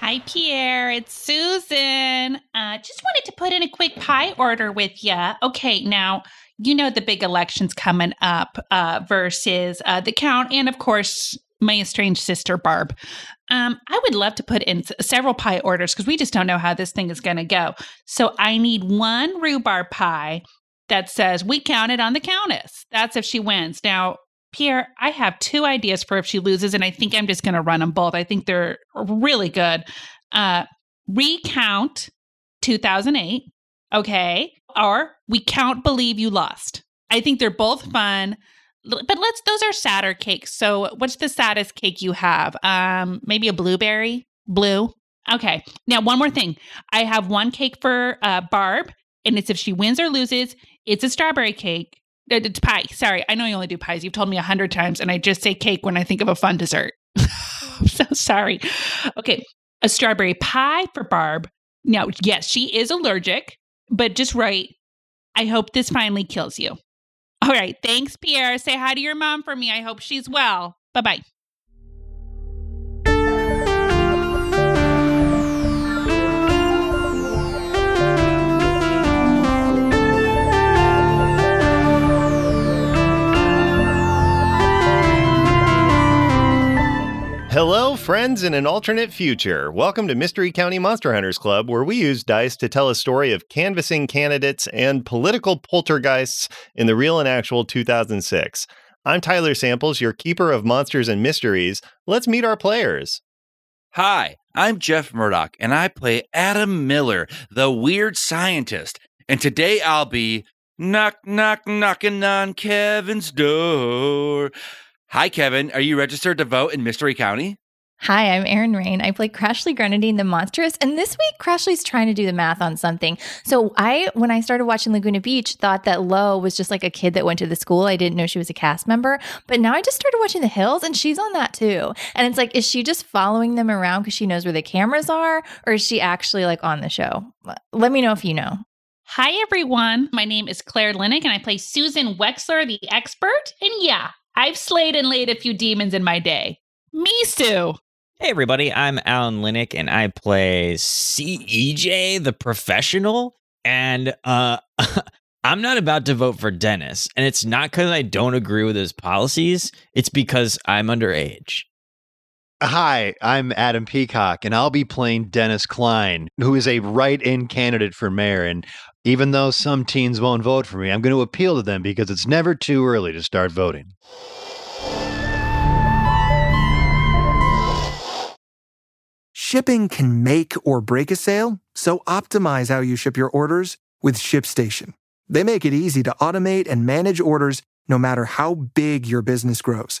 Hi, Pierre. It's Susan. Uh, just wanted to put in a quick pie order with you. Okay, now you know the big elections coming up uh, versus uh, the count, and of course my estranged sister Barb. Um, I would love to put in s- several pie orders because we just don't know how this thing is going to go. So I need one rhubarb pie that says we counted on the countess. That's if she wins. Now, Pierre, I have two ideas for if she loses, and I think I'm just going to run them both. I think they're really good. Uh, recount 2008, okay, or we count believe you lost. I think they're both fun. L- But let's those are sadder cakes. So what's the saddest cake you have? Um maybe a blueberry? Blue. Okay. Now one more thing. I have one cake for uh Barb and it's if she wins or loses, it's a strawberry cake. Uh, It's pie. Sorry, I know you only do pies. You've told me a hundred times, and I just say cake when I think of a fun dessert. I'm so sorry. Okay, a strawberry pie for Barb. Now, yes, she is allergic, but just right. I hope this finally kills you. All right, thanks, Pierre. Say hi to your mom for me. I hope she's well. Bye bye. Hello, friends in an alternate future. Welcome to Mystery County Monster Hunters Club, where we use dice to tell a story of canvassing candidates and political poltergeists in the real and actual 2006. I'm Tyler Samples, your keeper of monsters and mysteries. Let's meet our players. Hi, I'm Jeff Murdoch, and I play Adam Miller, the weird scientist. And today I'll be knock, knock, knocking on Kevin's door. Hi, Kevin. Are you registered to vote in Mystery County? Hi, I'm Erin Rain. I play Crashly Grenadine the Monstrous, and this week Crashly's trying to do the math on something. So I, when I started watching Laguna Beach, thought that Lo was just like a kid that went to the school. I didn't know she was a cast member, but now I just started watching The Hills, and she's on that too. And it's like, is she just following them around because she knows where the cameras are, or is she actually like on the show? Let me know if you know. Hi, everyone. My name is Claire Linick, and I play Susan Wexler, the expert. And yeah, I've slayed and laid a few demons in my day. Misu. Hey everybody, I'm Alan Linick and I play CEJ the professional and uh I'm not about to vote for Dennis and it's not cuz I don't agree with his policies, it's because I'm underage. Hi, I'm Adam Peacock, and I'll be playing Dennis Klein, who is a write in candidate for mayor. And even though some teens won't vote for me, I'm going to appeal to them because it's never too early to start voting. Shipping can make or break a sale, so optimize how you ship your orders with ShipStation. They make it easy to automate and manage orders no matter how big your business grows.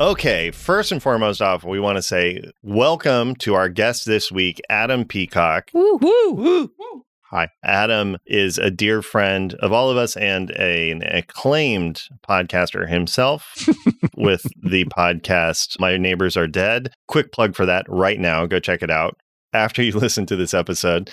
Okay, first and foremost off, we want to say welcome to our guest this week, Adam Peacock. Hi. Adam is a dear friend of all of us and a- an acclaimed podcaster himself with the podcast My Neighbors Are Dead. Quick plug for that right now. Go check it out after you listen to this episode.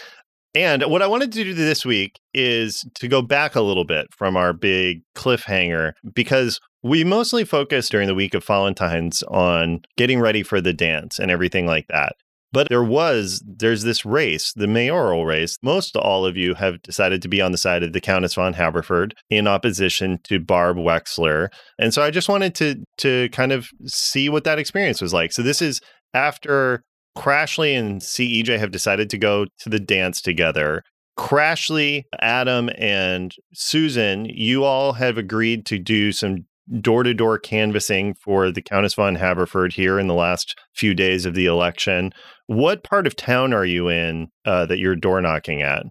And what I wanted to do this week is to go back a little bit from our big cliffhanger because We mostly focused during the week of Valentine's on getting ready for the dance and everything like that. But there was, there's this race, the mayoral race. Most all of you have decided to be on the side of the Countess von Haverford in opposition to Barb Wexler. And so I just wanted to to kind of see what that experience was like. So this is after Crashly and CEJ have decided to go to the dance together. Crashly, Adam, and Susan, you all have agreed to do some door to door canvassing for the Countess von Haverford here in the last few days of the election. What part of town are you in uh, that you're door knocking at?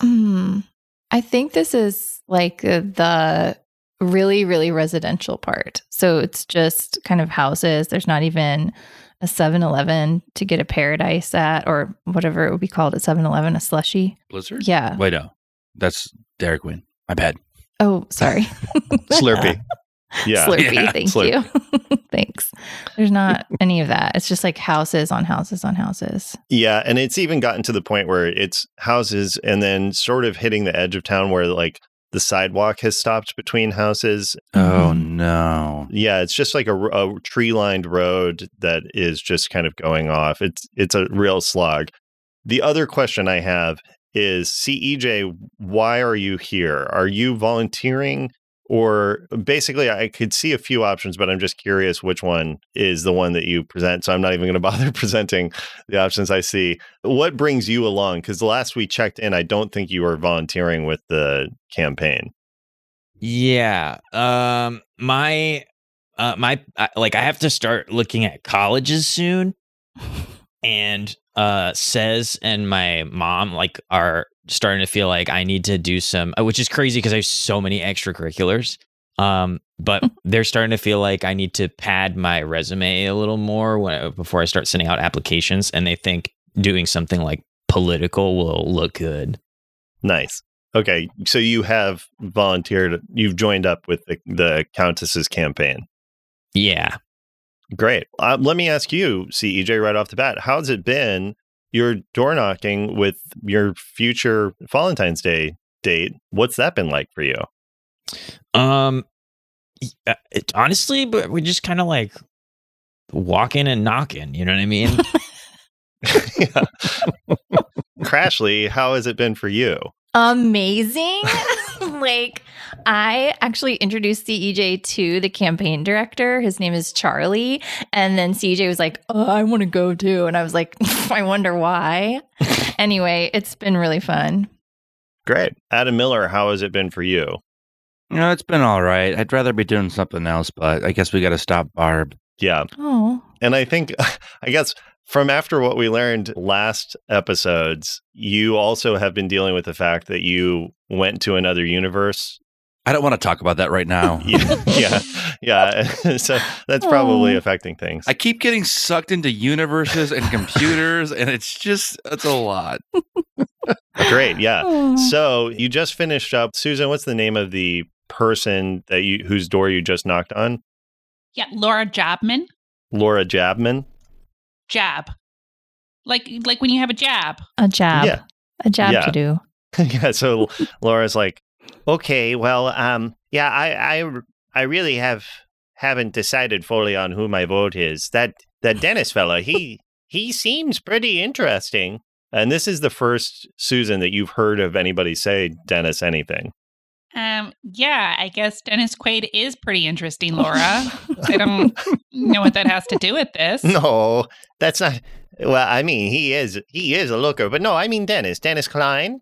Hmm. I think this is like uh, the really, really residential part. So it's just kind of houses. There's not even a 7 Eleven to get a paradise at, or whatever it would be called at 7 Eleven, a slushy. Blizzard? Yeah. Wait, no. That's Dairy Queen. My bad. Oh, sorry. Slurpee. Yeah. Slurpee. Yeah, thank you. Thanks. There's not any of that. It's just like houses on houses on houses. Yeah, and it's even gotten to the point where it's houses and then sort of hitting the edge of town where like the sidewalk has stopped between houses. Oh, no. Yeah, it's just like a, tree lined road that is just kind of going off. It's it's a real slog. The other question I have is CEJ, why are you here? Are you volunteering? Or basically, I could see a few options, but I'm just curious which one is the one that you present. So I'm not even going to bother presenting the options I see. What brings you along? Because last we checked in, I don't think you were volunteering with the campaign. Yeah. Um my uh my I, like I have to start looking at colleges soon. And uh says and my mom like are starting to feel like I need to do some uh, which is crazy because I have so many extracurriculars. Um but they're starting to feel like I need to pad my resume a little more when, uh, before I start sending out applications and they think doing something like political will look good. Nice. Okay, so you have volunteered. You've joined up with the, the Countess's campaign. Yeah. Great. Uh, let me ask you, CEJ, right off the bat, how's it been? You're door knocking with your future Valentine's Day date. What's that been like for you? Um, y- uh, it, honestly, but we just kind of like walking and knocking. You know what I mean? Yeah. Crashly, how has it been for you? amazing. like, I actually introduced CEJ to the campaign director. His name is Charlie. And then CEJ was like, oh, I want to go too. And I was like, I wonder why. anyway, it's been really fun. Great. Adam Miller, how has it been for you? You know, it's been all right. I'd rather be doing something else, but I guess we got to stop Barb. Yeah. Oh, And I think, I guess, from after what we learned last episodes, you also have been dealing with the fact that you went to another universe. I don't want to talk about that right now. Yeah. yeah. yeah. so that's probably Aw. affecting things. I keep getting sucked into universes and computers, and it's just, it's a lot. Great. Yeah. Oh. So you just finished up. Susan, what's the name of the person that you whose door you just knocked on? Yeah, Laura Jobman. Laura Jabman. Jab. Like like when you have a jab. a jab. Yeah. A jab Yeah. to do. yeah. So Laura's like, okay, well, um, yeah, I, I, I really have haven't decided fully on who my vote is. That that Dennis fella, he he seems pretty interesting. And this is the first Susan that you've heard of anybody say Dennis anything. Um, yeah, I guess Dennis Quaid is pretty interesting, Laura. I don't know what that has to do with this. No, that's not. Well, I mean, he is he is a looker, but no, I mean Dennis, Dennis Klein.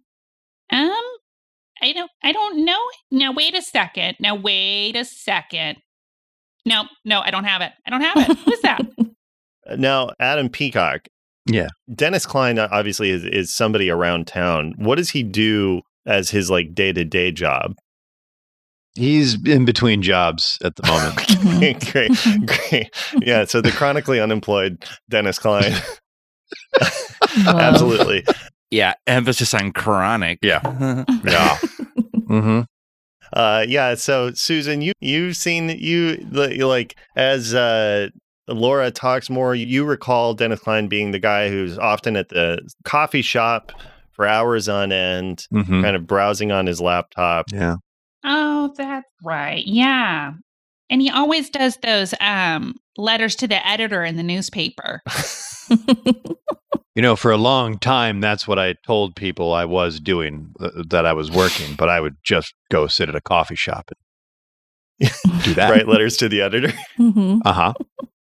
Um, I don't I don't know. Now wait a second. Now wait a second. No, no, I don't have it. I don't have it. Who's that? Uh, Now, Adam Peacock. Yeah. Dennis Klein uh, obviously is, is somebody around town. What does he do as his like day to day job? He's in between jobs at the moment. Mhm. great, great. Yeah. So the chronically unemployed Dennis Klein. Whoa. Absolutely. Yeah. Emphasis on chronic. Yeah. yeah. hmm Uh, yeah. So Susan, you you've seen you li- like as uh, Laura talks more. You recall Dennis Klein being the guy who's often at the coffee shop for hours on end, hmm kind of browsing on his laptop. Yeah. Oh, that's right. Yeah. And he always does those um, letters to the editor in the newspaper. You know, for a long time, that's what I told people I was doing, th- that I was working, but I would just go sit at a coffee shop and do that. Write letters to the editor. Mhm. Uh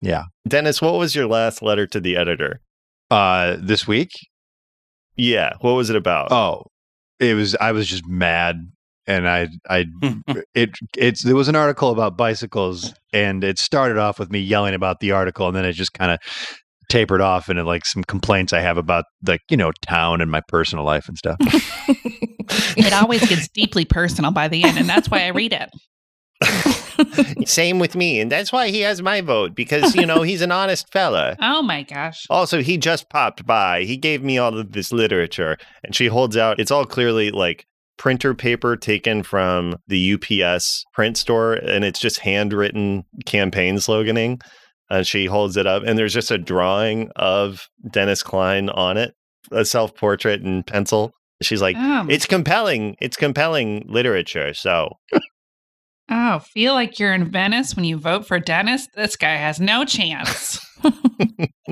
huh. Dennis, what was your last letter to the editor? Uh, this week, Yeah. What was it about? oh, it was, I was just mad. And I, I, Hmm. it, it's, there was an article about bicycles and it started off with me yelling about the article and then it just kind of tapered off into like some complaints I have about like, you know, town and my personal life and stuff. It always gets deeply personal by the end, and that's why I read it. Same with me. And that's why he has my vote because, you know, he's an honest fella. Oh my gosh. Also, he just popped by. He gave me all of this literature. And she holds out, it's all clearly like printer paper taken from the UPS print store. And it's just handwritten campaign sloganing. And she holds it up. And there's just a drawing of Dennis Klein on it, a self portrait in pencil. She's like, Oh, it's compelling. It's compelling literature. So oh, feel like you're in Venice when you vote for Dennis. This guy has no chance. A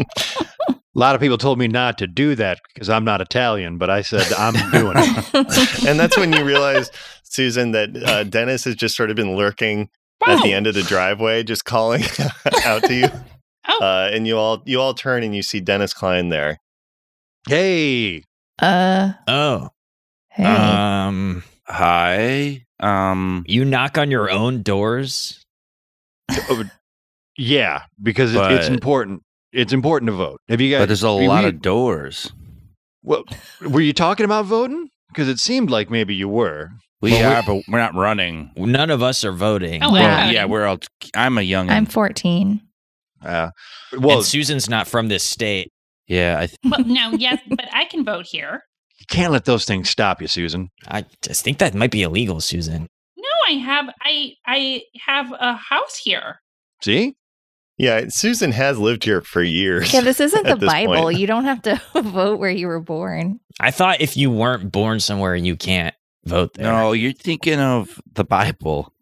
lot of people told me not to do that because I'm not Italian, but I said I'm doing it. and that's when you realize, Susan, that uh, Dennis has just sort of been lurking at the Wow. end of the driveway, just calling out to you. Oh. Uh, and you all you all turn and you see Dennis Klein there. Hey, Uh, Oh, hey. um, Hi. Um. you knock on your own doors. yeah, because it, it's But- important. It's important to vote. Have you But guys? there's a we- lot we- of doors. Well, were you talking about voting? Because it seemed like maybe you were. We Well, are, but we're not running. None of us are voting. Oh, Well, wow. yeah, we're all. I'm a young. I'm 14. Uh, Well, well, Susan's not from this state. yeah, I th- well, no, yes, but I can vote here. you can't let those things stop you, Susan. I just think that might be illegal, Susan. No, I have I I have a house here. See, Yeah, Susan has lived here for years. Yeah, this isn't the At this Bible. point. You don't have to vote where you were born. I thought if you weren't born somewhere, you can't vote there. no, you're thinking of the Bible.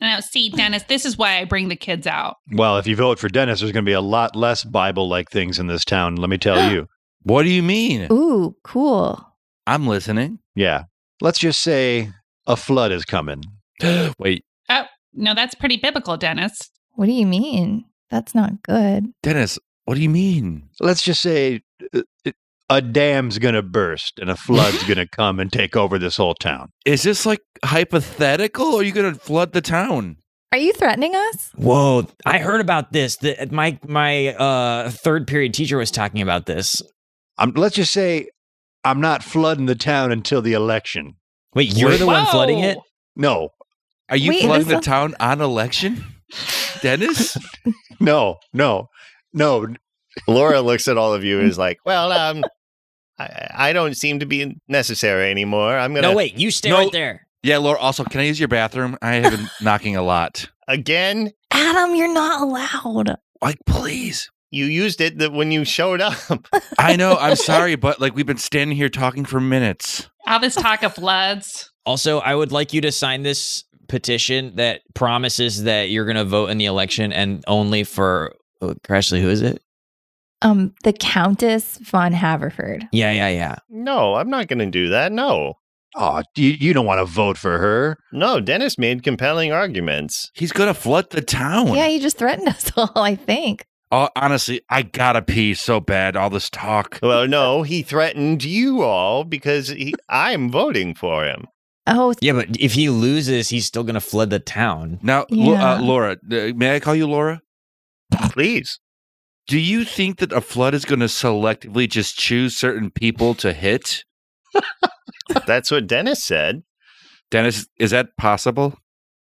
Now, see, Dennis, this is why I bring the kids out. well, if you vote for Dennis, there's going to be a lot less Bible-like things in this town. Let me tell you. What do you mean? Ooh, cool. I'm listening. Yeah, let's just say a flood is coming. Wait, No, that's pretty biblical, Dennis. What do you mean? That's not good. Dennis. What do you mean? let's just say uh, a dam's going to burst and a flood's going to come and take over this whole town. Is this like hypothetical? Or are you going to flood the town? Are you threatening us? Whoa! I heard about this. The, my my uh, third period teacher was talking about this. I'm, let's just say I'm not flooding the town until the election. Wait, you're Wait. the one flooding it. No, Are you Wait, flooding the this- town on election, Dennis? no, no, no. Laura looks at all of you and is like, "Well, um, I, I don't seem to be necessary anymore. I'm gonna No, wait, you stay No. right there. yeah, Laura. Also, can I use your bathroom? I have been knocking a lot. again. Adam, you're not allowed. Like, please. You used it that when you showed up. I know. I'm sorry, but like we've been standing here talking for minutes. All this talk of floods. Also, I would like you to sign this petition that promises that you're going to vote in the election and only for oh, actually who is it? Um, the Countess von Haverford. Yeah, yeah, yeah. no, I'm not gonna do that. No, Oh, you, you don't want to vote for her. no. Dennis made compelling arguments. He's gonna flood the town. Yeah, you just threatened us all, I think. Oh, honestly, I gotta pee so bad. All this talk. Well, no, he threatened you all because he, I'm voting for him. Oh, Yeah, but if he loses, he's still going to flood the town. Now, Lo- Yeah. uh, Laura, uh, may I call you Laura? Please. Do you think that a flood is going to selectively just choose certain people to hit? That's what Dennis said. Dennis, is that possible?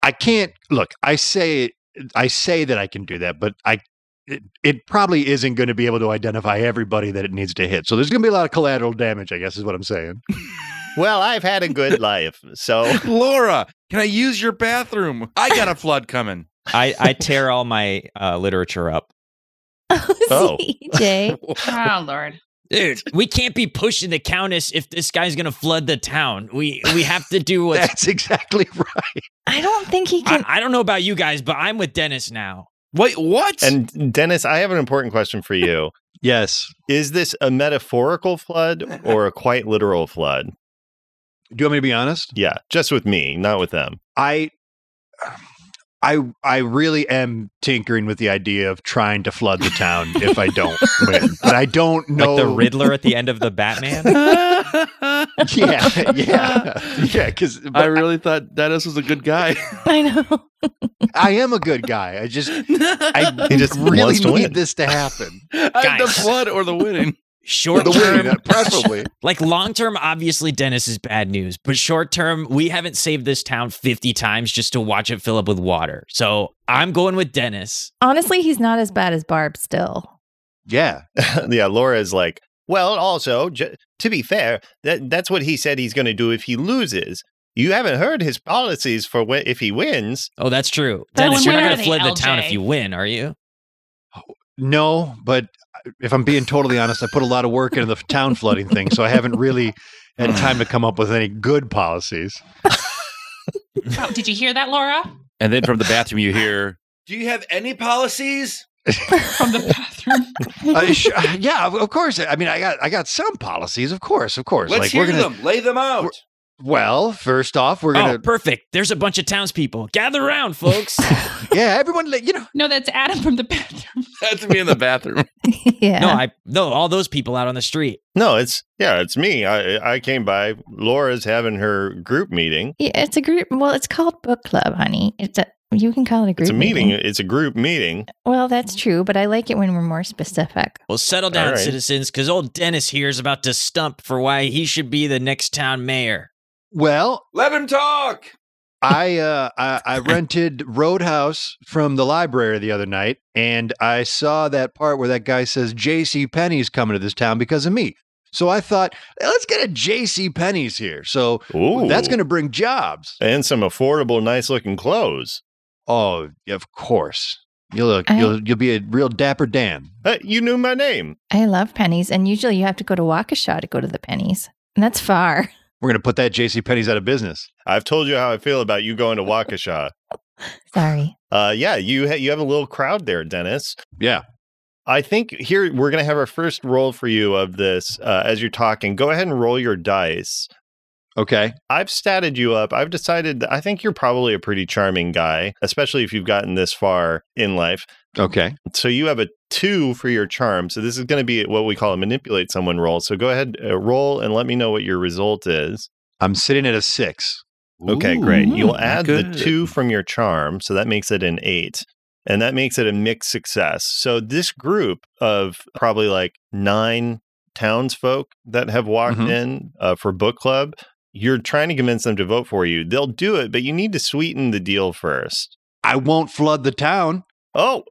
I can't look. I say I say that I can do that, but I it, it probably isn't going to be able to identify everybody that it needs to hit. So there's going to be a lot of collateral damage. I guess is what I'm saying. Well, I've had a good life. So Oh. Laura, can I use your bathroom? I got a flood coming. I, I tear all my uh, literature up. oh. Oh. CJ. Oh Lord. Dude, we can't be pushing the countess if this guy's gonna flood the town. We we have to do what's That's exactly right. I don't think he I, can. I don't know about you guys, but I'm with Dennis now. Wait, what? And Dennis, I have an important question for you. Yes. Is this a metaphorical flood or a quite literal flood? Do you want me to be honest? Yeah, just with me, not with them. I I I really am tinkering with the idea of trying to flood the town if I don't win. But I don't know Like the Riddler at the end of the Batman. Yeah, yeah. Yeah, because I I, really thought Dennis was a good guy. I know. I am a good guy. I just I He just really wants to need win. this to happen. I- the Guys. flood or the winning. Short the term, winning, preferably. like long term, obviously Dennis is bad news, but short term, we haven't saved this town 50 times just to watch it fill up with water. So I'm going with Dennis. Honestly, he's not as bad as Barb still. Yeah. yeah, Laura is like, well, also, j- to be fair, that that's what he said he's going to do if he loses. You haven't heard his policies for wh- if he wins. Oh, that's true. So Dennis, you're where not are going to they, flood the town LJ? if you win, are you? No, but uh, if I'm being totally honest, I put a lot of work into the town flooding thing, so I haven't really had time to come up with any good policies. Oh, did you hear that, Laura? And then from the bathroom, you hear, Do you have any policies? From the bathroom. Uh, sh- uh, yeah, of- of course. I mean, I got I got some policies, of course, of course. Let's hear we're gonna, them. Lay them out. Well, first off, we're Oh, gonna perfect. There's a bunch of townspeople. Gather around, folks. yeah, everyone. let- You know, No, that's Adam from the bathroom. That's me in the bathroom. yeah. No, I no, all those people out on the street. No, it's yeah, it's me. I I came by. Laura's having her group meeting. Yeah, it's a group. Well, it's called book club, honey. It's a you can call it a group. It's a meeting. It's a group meeting. Well, that's true, but I like it when we're more specific. Well, settle down, All right. citizens, because old Dennis here is about to stump for why he should be the next town mayor. well, Let him talk. I, uh, I I rented Roadhouse from the library the other night, and I saw that part where that guy says J.C. Penney's coming to this town because of me. So I thought, "Hey, let's get a J.C. Penney's here. So Ooh, that's going to bring jobs. and some affordable, nice looking clothes. Oh, of course. You'll look, I- you'll you'll be a real dapper Dan. Uh, you knew my name. I love pennies, and usually you have to go to Waukesha to go to the pennies, and that's far. We're going to put that J.C. Penney's out of business. I've told you how I feel about you going to Waukesha. Sorry. Uh, yeah, you ha- you have a little crowd there, Dennis. Yeah. I think here we're going to have our first roll for you of this uh, as you're talking. Go ahead and roll your dice. Okay. I've statted you up. I've decided that I think you're probably a pretty charming guy, especially if you've gotten this far in life. Okay. So you have a two for your charm. So this is going to be what we call a manipulate someone roll. So go ahead, uh, roll, and let me know what your result is. I'm sitting at a six. Okay, great. Ooh, Hmm, You'll add good. the two from your charm, so that makes it an eight, and that makes it a mixed success. So this group of probably like nine townsfolk that have walked Mm-hmm. Mhm. in uh, for book club, you're trying to convince them to vote for you. They'll do it, but you need to sweeten the deal first. I won't flood the town. Oh,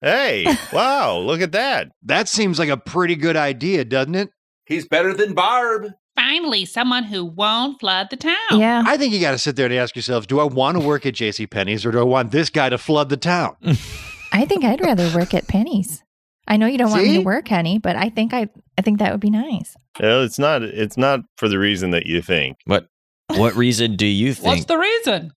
hey, wow, look at that. That seems like a pretty good idea, doesn't it? He's better than Barb. Finally, someone who won't flood the town. Yeah. I think you got to sit there and ask yourself, do I want to work at JCPenney's or do I want this guy to flood the town? I think I'd rather work at pennies. I know you don't want me See? to work, honey, but I think I I think that would be nice. Uh, It's not. It's not for the reason that you think. What reason do you What's think? the reason?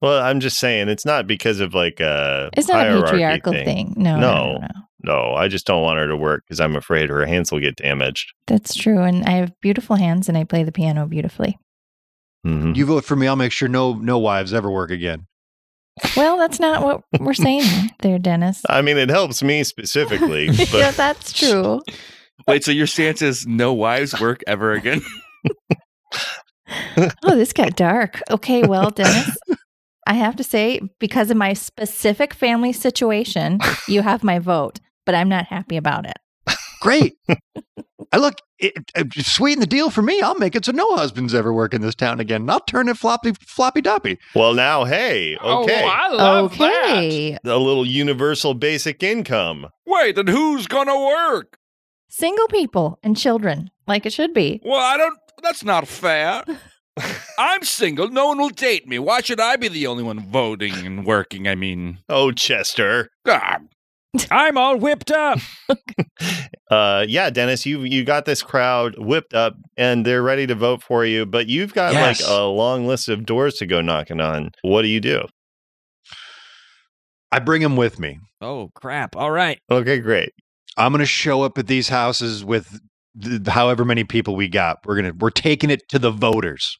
Well, I'm just saying it's not because of like a It's not a hierarchy patriarchal thing. No, no, no, No. no. No, I just don't want her to work because I'm afraid her hands will get damaged. That's true. And I have beautiful hands and I play the piano beautifully. Mhm. You vote for me, I'll make sure no no wives ever work again. Well, that's not what we're saying there, Dennis. I mean, it helps me specifically, but yeah, that's true. Wait, so your stance is no wives work ever again? Oh, this got dark. Okay, well, Dennis, I have to say, because of my specific family situation, you have my vote, but I'm not happy about it. Great. I look, it, it, sweeten the deal for me. I'll make it so no husbands ever work in this town again. And I'll turn it floppy floppy doppy. well, now, hey, okay, Oh, I love that. okay. a little universal basic income. Wait, then who's gonna work? Single people and children, like it should be. Well, I don't. That's not fair. I'm single. No one will date me. Why should I be the only one voting and working? I mean, Oh, Chester, ah, I'm all whipped up. Uh, yeah, Dennis, you you got this crowd whipped up and they're ready to vote for you, but you've got Yes. like a long list of doors to go knocking on. What do you do? I bring him with me. Oh crap! All right. Okay, great. I'm going to show up at these houses with th- however many people we got. We're going to we're taking it to the voters.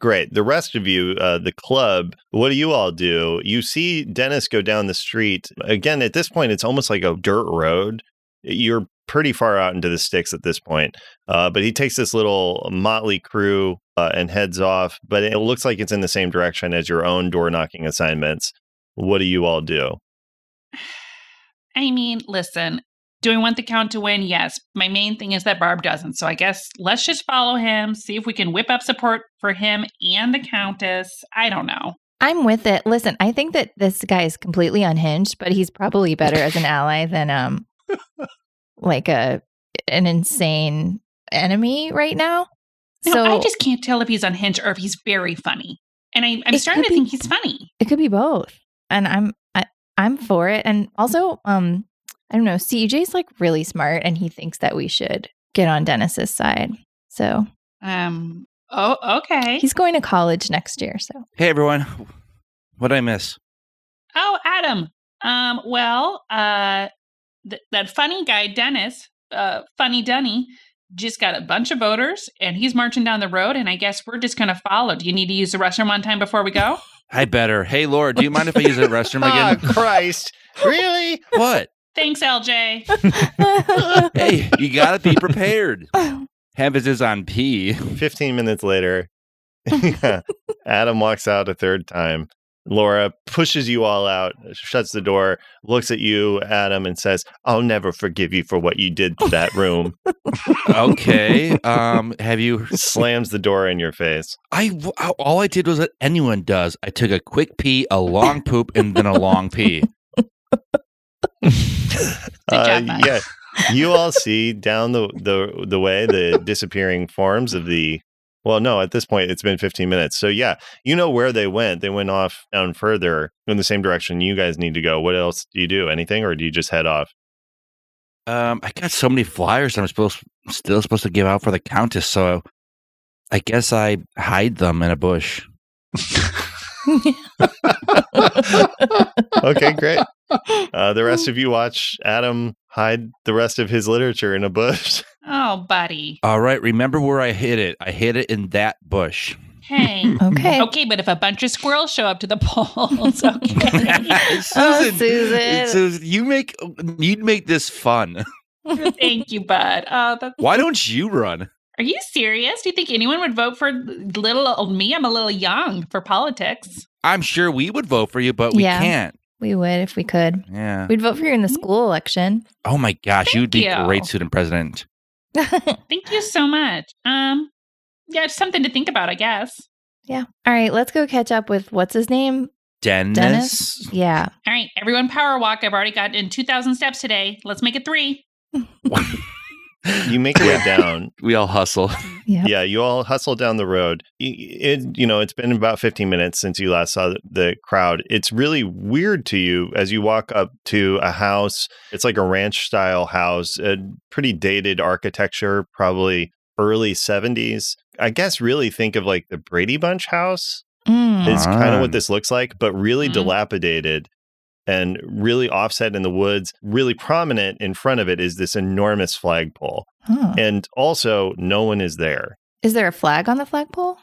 Great. The rest of you, uh, the club, what do you all do? You see Dennis go down the street. Again, at this point, it's almost like a dirt road. You're pretty far out into the sticks at this point. Uh, but he takes this little motley crew uh, and heads off. But it looks like it's in the same direction as your own door knocking assignments. What do you all do? I mean, listen, do I want the count to win? Yes. My main thing is that Barb doesn't. So I guess let's just follow him, see if we can whip up support for him and the countess. I don't know. I'm with it. Listen, I think that this guy is completely unhinged, but he's probably better as an ally than um like a an insane enemy right now. No, so I just can't tell if he's unhinged or if he's very funny. And I, I'm It starting could to be- think he's funny. it could be both. And I'm I, I'm for it. And also, um, I don't know, CEJ's like really smart and he thinks that we should get on Dennis's side. So Um. Oh, okay. he's going to college next year. So Hey everyone, what I miss? Oh, Adam. Um, well, uh, th- that funny guy, Dennis, uh, Funny Dunny, just got a bunch of voters and he's marching down the road. And I guess we're just going to follow. Do you need to use the restroom one time before we go? I better. Hey Laura, do you mind if I use the restroom again? Ah, Christ. Really? what? Thanks, LJ. Hey, you gotta be prepared. Emphasis on P. 15 minutes later, Adam walks out a third time. Laura pushes you all out, shuts the door, looks at you, Adam, and says, I'll never forgive you for what you did to that room. Okay. Um, have you Slams the door in your face. I w- all I did was what anyone does. I took a quick pee, a long poop, and then a long pee. Good job, Matt. Uh, yeah. You all see down the, the the way the disappearing forms of the well, no, at this point it's been 15 minutes. So yeah, you know where they went. They went off down further in the same direction you guys need to go. What else do you do? Anything or do you just head off? Um, I got so many flyers I'm supposed still supposed to give out for the countess, so I guess I hide them in a bush. okay, great. Uh, the rest of you watch Adam hide the rest of his literature in a bush. Oh, buddy. All right, remember where I hid it? I hid it in that bush. Hey. okay. Okay, but if a bunch of squirrels show up to the polls, okay. Oh, Susan. Susan, you make you'd make this fun. Thank you, bud. Oh, that's, Why don't you run? are you serious? Do you think anyone would vote for little old me? I'm a little young for politics. I'm sure we would vote for you, but we Yeah. can't. We would if we could. Yeah. We'd vote for you in the school election. Oh my gosh, you'd be Thank great you. student president. Thank you so much. Um, yeah, it's something to think about, I guess. yeah. All right, let's go catch up with what's his name? Dennis. Yeah. All right, everyone, power walk. I've already gotten in two thousand steps today. Let's make it three. You make your way down. we all hustle. Yeah. Yeah, you all hustle down the road. Y- It, you know, it's been about 15 minutes since you last saw the- the crowd. It's really weird to you as you walk up to a house. It's like a ranch style house, a pretty dated architecture, probably early 70s. I guess really think of like the Brady Bunch house Mm. is kind of Ah. what this looks like, but really Mhm. dilapidated and really offset in the woods. Really prominent in front of it is this enormous flagpole. Huh. And also, no one is there. Is there a flag on the flagpole?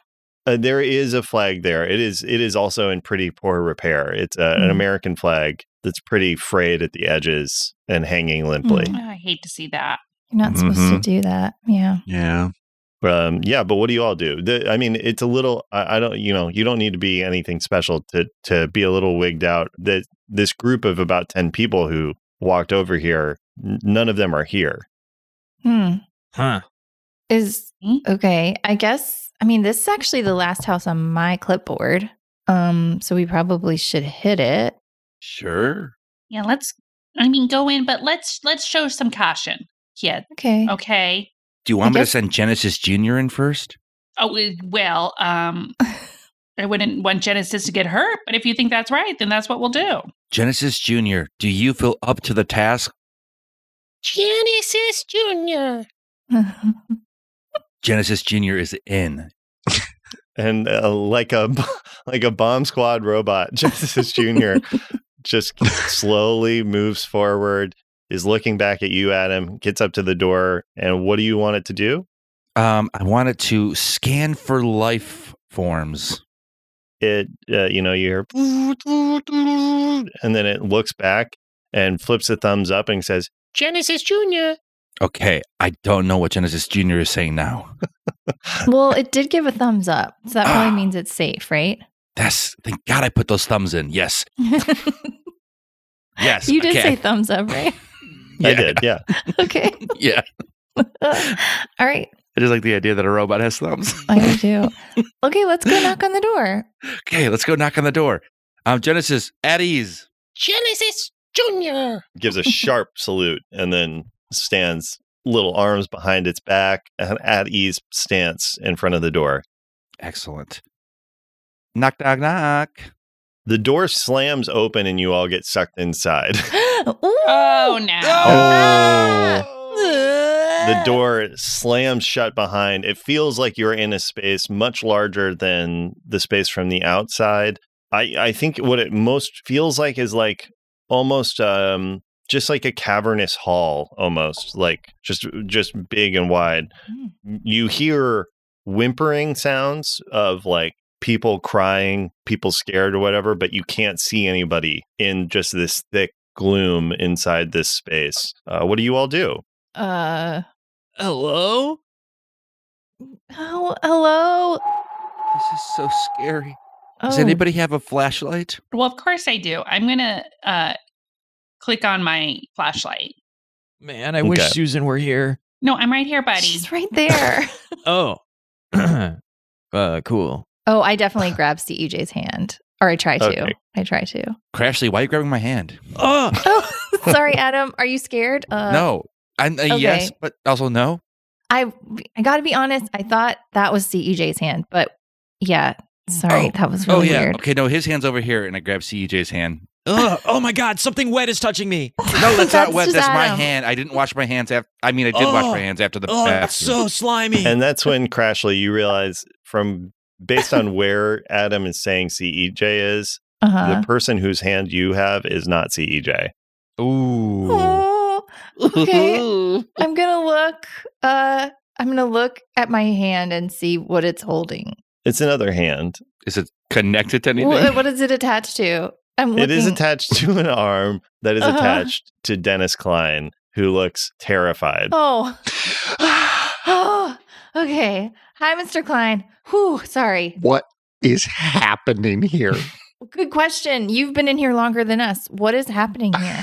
Uh, there is a flag there. It is. It is also in pretty poor repair. It's uh, an Mhm. American flag that's pretty frayed at the edges and hanging limply. Mhm. Oh, I hate to see that. You're not supposed to Mhm. do that. Yeah. Yeah. Um, yeah, but what do you all do? The, I mean, it's a little. I, I don't. You know, you don't need to be anything special to to be a little wigged out. That this group of about ten people who walked over here, n- none of them are here. Hmm. Huh. Is Hmm? okay. I guess I mean this is actually the last house on my clipboard. Um, so we probably should hit it. Sure. Yeah, let's. I mean, go in, but let's let's show some caution. Yeah. Okay. Okay. Do you want I me guess- to send Genesis Jr. in first? Oh eh, well. Um. I wouldn't want Genesis to get hurt, but if you think that's right, then that's what we'll do. Genesis Jr., do you feel up to the task? Genesis Jr. Genesis Jr. is in. and uh, like a like a bomb squad robot, Genesis Junior just slowly moves forward, is looking back at you, Adam, gets up to the door, and what do you want it to do? Um, I wanted to scan for life forms. It uh, you know you hear and then it looks back and flips a thumbs up and says, Genesis Jr. Okay, I don't know what Genesis Jr. is saying now. well, it did give a thumbs up. So that probably means it's safe, right? That's thank God I put those thumbs in. Yes, yes. you did okay. say thumbs up, right? "I did, yeah." okay. Yeah, All right. I just like the idea that a robot has thumbs. I do. Okay, let's go knock on the door. okay, let's go knock on the door. Um, Genesis, at ease. Genesis Jr. Gives a sharp salute and then stands, little arms behind its back, an at ease stance in front of the door. Excellent. Knock, knock, knock. The door slams open and you all get sucked inside. Ooh. Oh. Ah. Oh, no. the door slams shut behind. It feels like you're in a space much larger than the space from the outside. I, I think what it most feels like is like almost um just like a cavernous hall almost like just just big and wide you hear whimpering sounds of like people crying people scared or whatever but you can't see anybody in just this thick gloom inside this space uh, what do you all do Uh, Hello? oh, hello. This is so scary. Oh. Does anybody have a flashlight? Well, of course I do. I'm gonna uh, click on my flashlight. Man, I wish Okay. Susan were here. No, I'm right here, buddy. She's right there. Oh. uh, cool. oh, I definitely grabbed CEJ's hand. Or I try to. Okay. I try to. Crashly, why are you grabbing my hand? Oh, Oh, sorry, Adam. Are you scared? Uh, no. I'm a yes, okay. but also no. I I got to be honest. I thought that was CEJ's hand, but yeah. Sorry, Oh. that was Oh really yeah. weird. Okay, no, his hand's over here, and I grab CEJ's hand. Ugh. oh my God, something wet is touching me. No, that's, not That's wet. just That's my Adam. hand. I didn't wash my hands. After, I mean, I did wash Oh. my hands after the Oh, it's bathroom. so slimy. and that's when Crashly, you realize from based on where Adam is saying CEJ is, Uh-huh. the person whose hand you have is not E CEJ. Ooh. Oh, okay. I'm gonna look. Uh, I'm gonna look at my hand and see what it's holding. It's another hand. Is it connected to anything? What, what is it attached to? I'm looking. It is attached to an arm that is Uh-huh. attached to Dennis Klein, who looks terrified. Oh. oh. Okay. Hi, Mr. Klein. Whew. Sorry. What is happening here? Good question. You've been in here longer than us. What is happening here?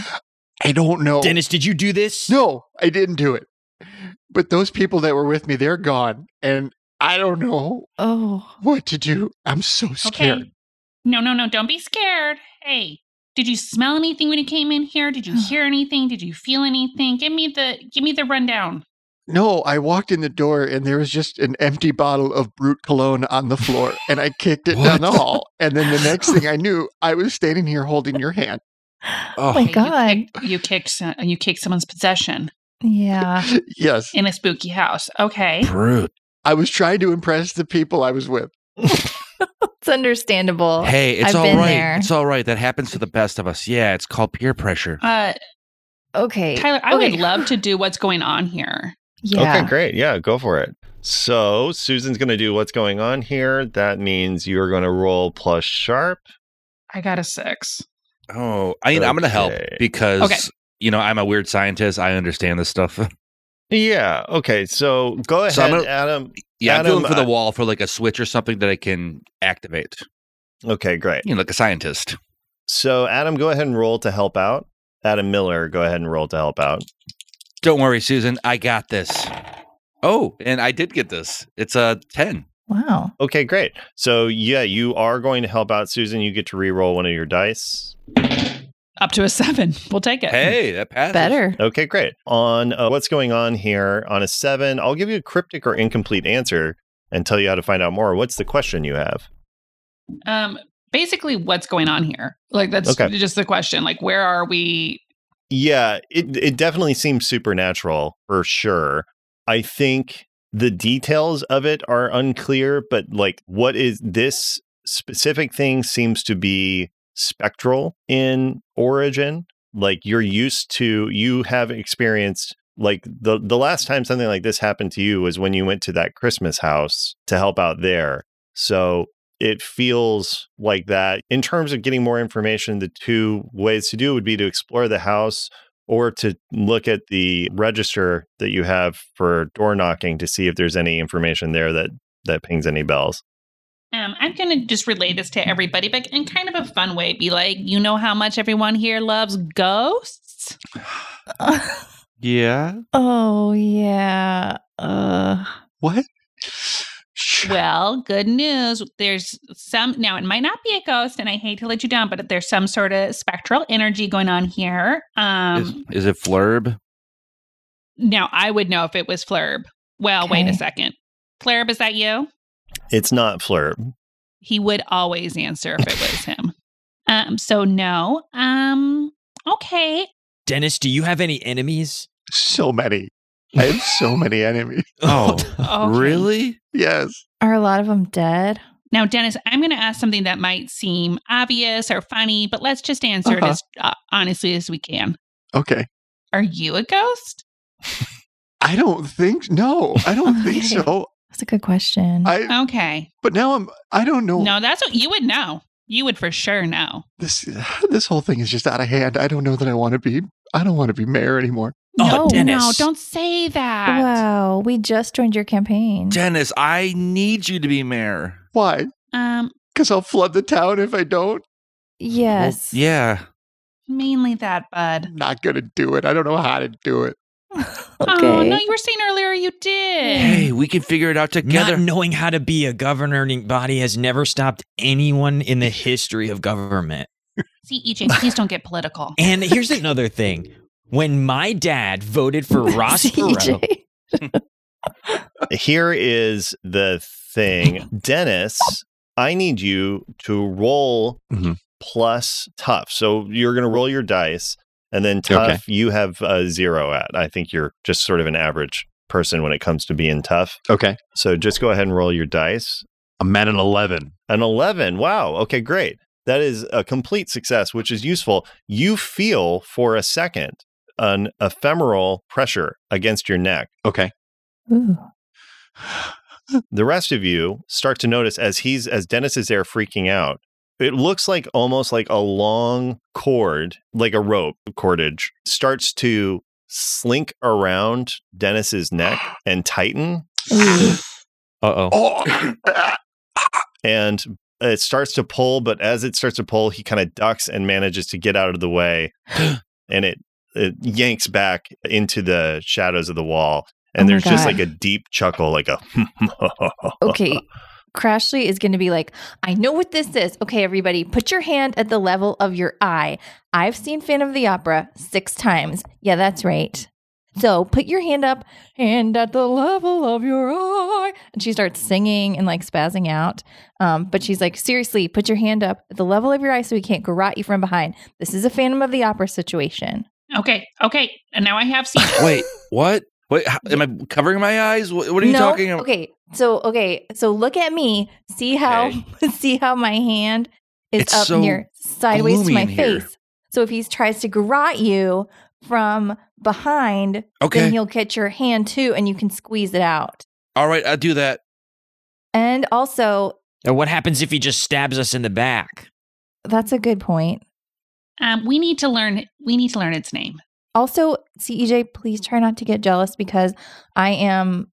I don't know. Dennis, did you do this? No, I didn't do it. But those people that were with me, they're gone. And I don't know Oh. what to do. I'm so scared. Okay. No, no, no. Don't be scared. Hey, did you smell anything when you came in here? Did you hear anything? Did you feel anything? Give me the give me the rundown. No, I walked in the door and there was just an empty bottle of brute cologne on the floor and I kicked it down the What? hall. And then the next thing I knew, I was standing here holding your hand. Oh Oh. my You god. kicked, you kicked some, you kicked someone's possession Yeah. Yes, in a spooky house. Okay. Brute. I was trying to impress the people I was with. It's understandable. Hey, it's I've all been right. there. It's all right. That happens to the best of us. Yeah, it's called peer pressure. Uh, Okay. Tyler, I okay. would love to do what's going on here. Yeah. Okay, great. Yeah, go for it. So Susan's going to do what's going on here. That means you're going to roll plus sharp. I got a six. Oh, I mean, I'm going to help Okay. because Okay. you know I'm a weird scientist. I understand this stuff. Yeah. Okay. So go ahead, So I'm gonna- Adam. Yeah, Adam, I'm feeling for I- the wall for like a switch or something that I can activate. Okay, great. You know, like a scientist. So Adam, go ahead and roll to help out. Adam Miller, go ahead and roll to help out. Don't worry, Susan. I got this. Oh, and I did get this. It's a ten. Wow. Okay, great. So yeah, you are going to help out Susan. You get to re-roll one of your dice. Up to a seven. We'll take it. Hey, that passes. hmm. Better. Okay, great. On uh, what's going on here on a seven, I'll give you a cryptic or incomplete answer and tell you how to find out more. What's the question you have? Um, basically, what's going on here? Like, that's Okay. just the question. Like, where are we? Yeah, it it definitely seems supernatural for sure. I think the details of it are unclear, but like what is this specific thing seems to be spectral in origin. Like you're used to you have experienced like the the last time something like this happened to you was when you went to that Christmas house to help out there. So it feels like that. In terms of getting more information, the two ways to do it would be to explore the house or to look at the register that you have for door knocking to see if there's any information there that that pings any bells. Um, I'm going to just relay this to everybody, but in kind of a fun way. Be like, you know how much everyone here loves ghosts? Yeah. oh yeah. Uh, What? Well, good news. There's some now. It might not be a ghost, and I hate to let you down, but there's some sort of spectral energy going on here. Um, Is, is it Flurb? now I would know if it was Flurb. Well, wait a Okay. second. Flurb, is that you? It's not flirb. He would always answer if it was him. Um, so no. Um, okay. Dennis, do you have any enemies? So many. I have so many enemies. Oh, Okay. really? Yes. are a lot of them dead? Now, Dennis, I'm going to ask something that might seem obvious or funny, but let's just answer it Uh-huh. as uh, honestly as we can. Okay. Are you a ghost? I don't think no. I don't think so. That's a good question. I Okay. but now I'm I don't know No, that's what you would know. You would for sure know. this this whole thing is just out of hand. I don't know that I want to be I don't want to be mayor anymore. Oh, No, Dennis. No, don't say that. wow, we just joined your campaign. Dennis, I need you to be mayor. Why? Um, Cuz I'll flood the town if I don't. Well, yes. yeah. mainly that, bud. I'm not going to do it. I don't know how to do it. Oh Okay. no, you were saying earlier you Eh. did. Hey, we can figure it out together. Not knowing how to be a governing body has never stopped anyone in the history of government. See, EJ, please don't get political. And here's another thing. When my dad voted for Ross Perot, CJ. Here is the thing. Dennis, I need you to roll Mhm. plus tough. So you're going to roll your dice and then tough Okay. you have a 0 at. I think you're just sort of an average person when it comes to being tough. Okay. So just go ahead and roll your dice. I'm at an 11. An 11. Wow. Okay, great. That is a complete success, which is useful. You feel for a second an ephemeral pressure against your neck. Okay. Ooh. The rest of you start to notice as he's as Dennis is there freaking out. It looks like almost like a long cord, like a rope cordage, starts to slink around Dennis's neck and tighten Ooh. Uh oh. Oh. and it starts to pull but as it starts to pull he kind of ducks and manages to get out of the way and it it yanks back into the shadows of the wall and Oh my there's just God. like a deep chuckle like a Okay. Crashly is going to be like, I know what this is. Okay, everybody, put your hand at the level of your eye. I've seen Phantom of the Opera six times. Yeah, that's right. So put your hand up, hand at the level of your eye. And she starts singing and like spazzing out. Um, but she's like, seriously, put your hand up at the level of your eye so we can't garrote you from behind. This is a Phantom of the Opera situation. Okay, okay. And now I have seen it. Wait, what? Wait, how, am I covering my eyes? What, what are you No? talking about? Okay, so okay, so look at me. See how see how my hand is It's up so near sideways to gloomy my in here. face. So if he tries to garrote you from behind, Okay. then he'll catch your hand too, and you can squeeze it out. All right, I'll do that. And also, or what happens if he just stabs us in the back? that's a good point. Um, we need to learn. We need to learn its name. Also, CEJ, please try not to get jealous because I am.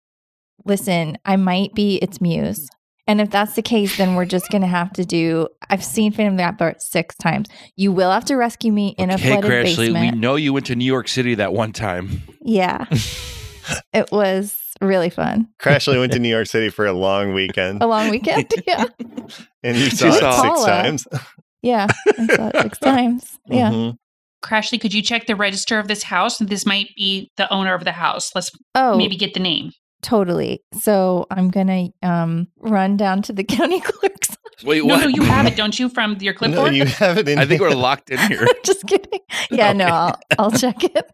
Listen, I might be its muse. And if that's the case, then we're just going to have to do. I've seen Phantom of the Opera six times. You will have to rescue me in a okay, flooded Crashly, we basement. know you went to New York City that one time. yeah, it was really fun. crashly went to new york city for a long weekend A long weekend. yeah, and you You saw it saw- six Paula. times yeah. I saw it six Uh-huh. times. Mm-hmm. Yeah. Mhm. Crashly, could you check the register of this house? This might be the owner of the house. Let's Oh, maybe get the name. totally. So I'm gonna um run down to the county clerk's Wait, No, what? no, you have it, don't you, from your No, clipboard? you have it in. I think here. we're locked in here. Just kidding. Yeah, no, I'll, I'll check it.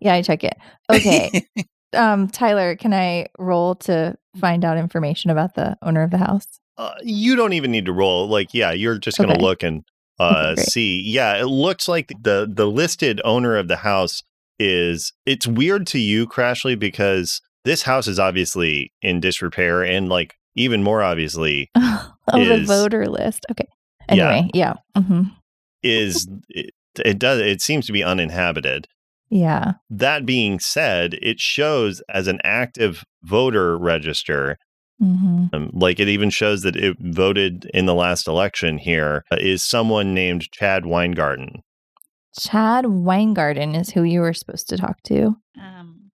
Yeah, I check it. Okay. Um, Tyler, can I roll to find out information about the owner of the house? Uh, you don't even need to roll. Like, yeah, you're just going to Okay. look and uh, Great. see. Yeah, it looks like the the listed owner of the house is. It's weird to you, Crashly, because this house is obviously in disrepair, and like even more obviously of the Is- voter list. Okay. Yeah. Anyway, yeah. Yeah. hmm is it, it does it seems to be uninhabited. yeah. That being said, it shows as an active voter register. hmm Um, like it even shows that it voted in the last election Here uh, is someone named Chad Weingarten. Chad Weingarten is who you were supposed to talk to. Um,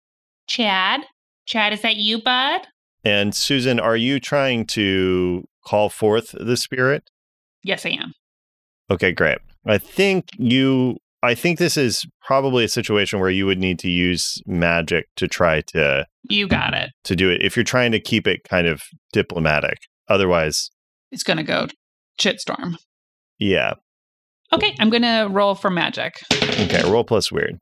Chad, Chad, is that you, bud? And Susan, are you trying to call forth the spirit? Yes, I am. Okay, great. I think you I think this is probably a situation where you would need to use magic to try to You got it. to do it if you're trying to keep it kind of diplomatic. Otherwise, It's gonna go shitstorm. yeah. Okay, I'm gonna roll for magic. Okay, roll plus weird.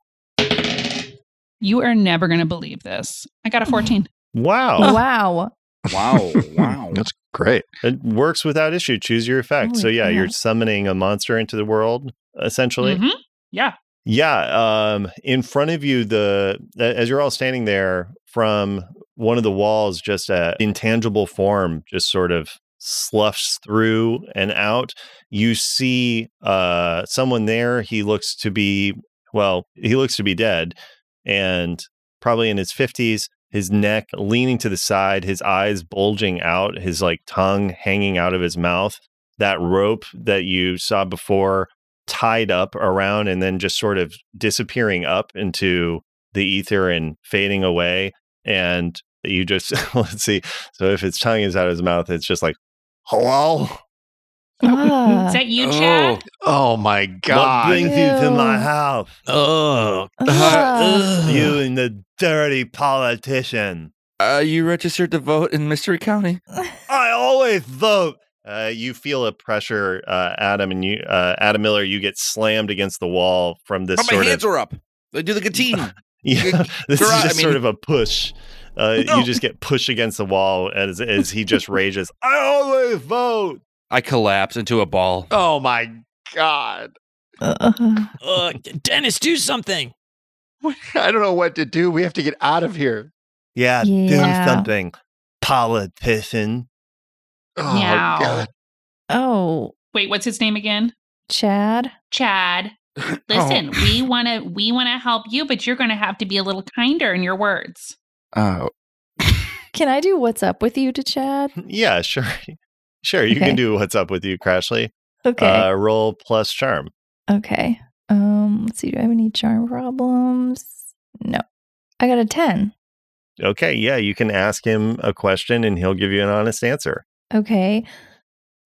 You are never gonna believe this. I got a 14. Wow. Wow. Wow, wow. That's great. It works without issue. Choose your effect. Holy so yeah, crap. you're summoning a monster into the world essentially. Mhm. Yeah. Yeah, um in front of you the a- as you're all standing there from one of the walls just a intangible form just sort of sloughs through and out. You see uh someone there, he looks to be well, he looks to be dead and probably in his 50s, his neck leaning to the side, his eyes bulging out, his like tongue hanging out of his mouth. That rope that you saw before tied up around and then just sort of disappearing up into the ether and fading away. And you just, let's see. So if his tongue is out of his mouth, it's just like, hello? Mm-hmm. Is Ah. that you, Chad? Oh my What god. brings you to my Ew. house? Oh, Ah. You and the dirty politician. Are Uh, you registered to vote in Mystery County? I always vote. Uh, you feel a pressure, uh, Adam, and you, uh, Adam Miller. You get slammed against the wall from this Oh, my sort hands of. are up. They do the guillotine. Yeah, this is They're out, just I sort of mean- a push. Uh, No. You just get pushed against the wall as as he just rages. I always vote. I collapse into a ball. Oh my god. Ugh. uh, Dennis, do something. I don't know what to do. We have to get out of here. Yeah, Yeah. do something, politician. Oh Meow. god. Oh, Wait, what's his name again? Chad. Chad. Listen, we wanna we wanna help you, but you're gonna have to be a little kinder in your words. Oh, Can I do what's up with you to Chad? Yeah, sure, sure. You Okay. can do what's up with you, Crashly. Okay. Uh, roll plus charm. okay. Um, let's see. Do I have any charm problems? No. I got a 10. Okay, yeah, you can ask him a question and he'll give you an honest answer. Okay.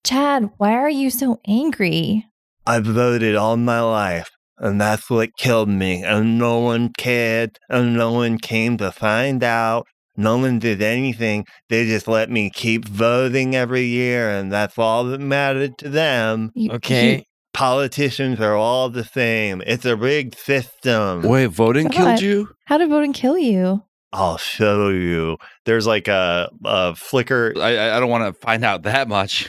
Chad, why are you so angry? I've voted all my life, and that's what killed me. And no one cared, and no one came to find out. No one did anything. They just let me keep voting every year, and that's all that mattered to them. You- Okay. you- Politicians are all the same. It's a rigged system. wait, voting God. killed you? how did voting kill you? I'll show you. There's like a, a flicker I- I, I don't want to find out that much.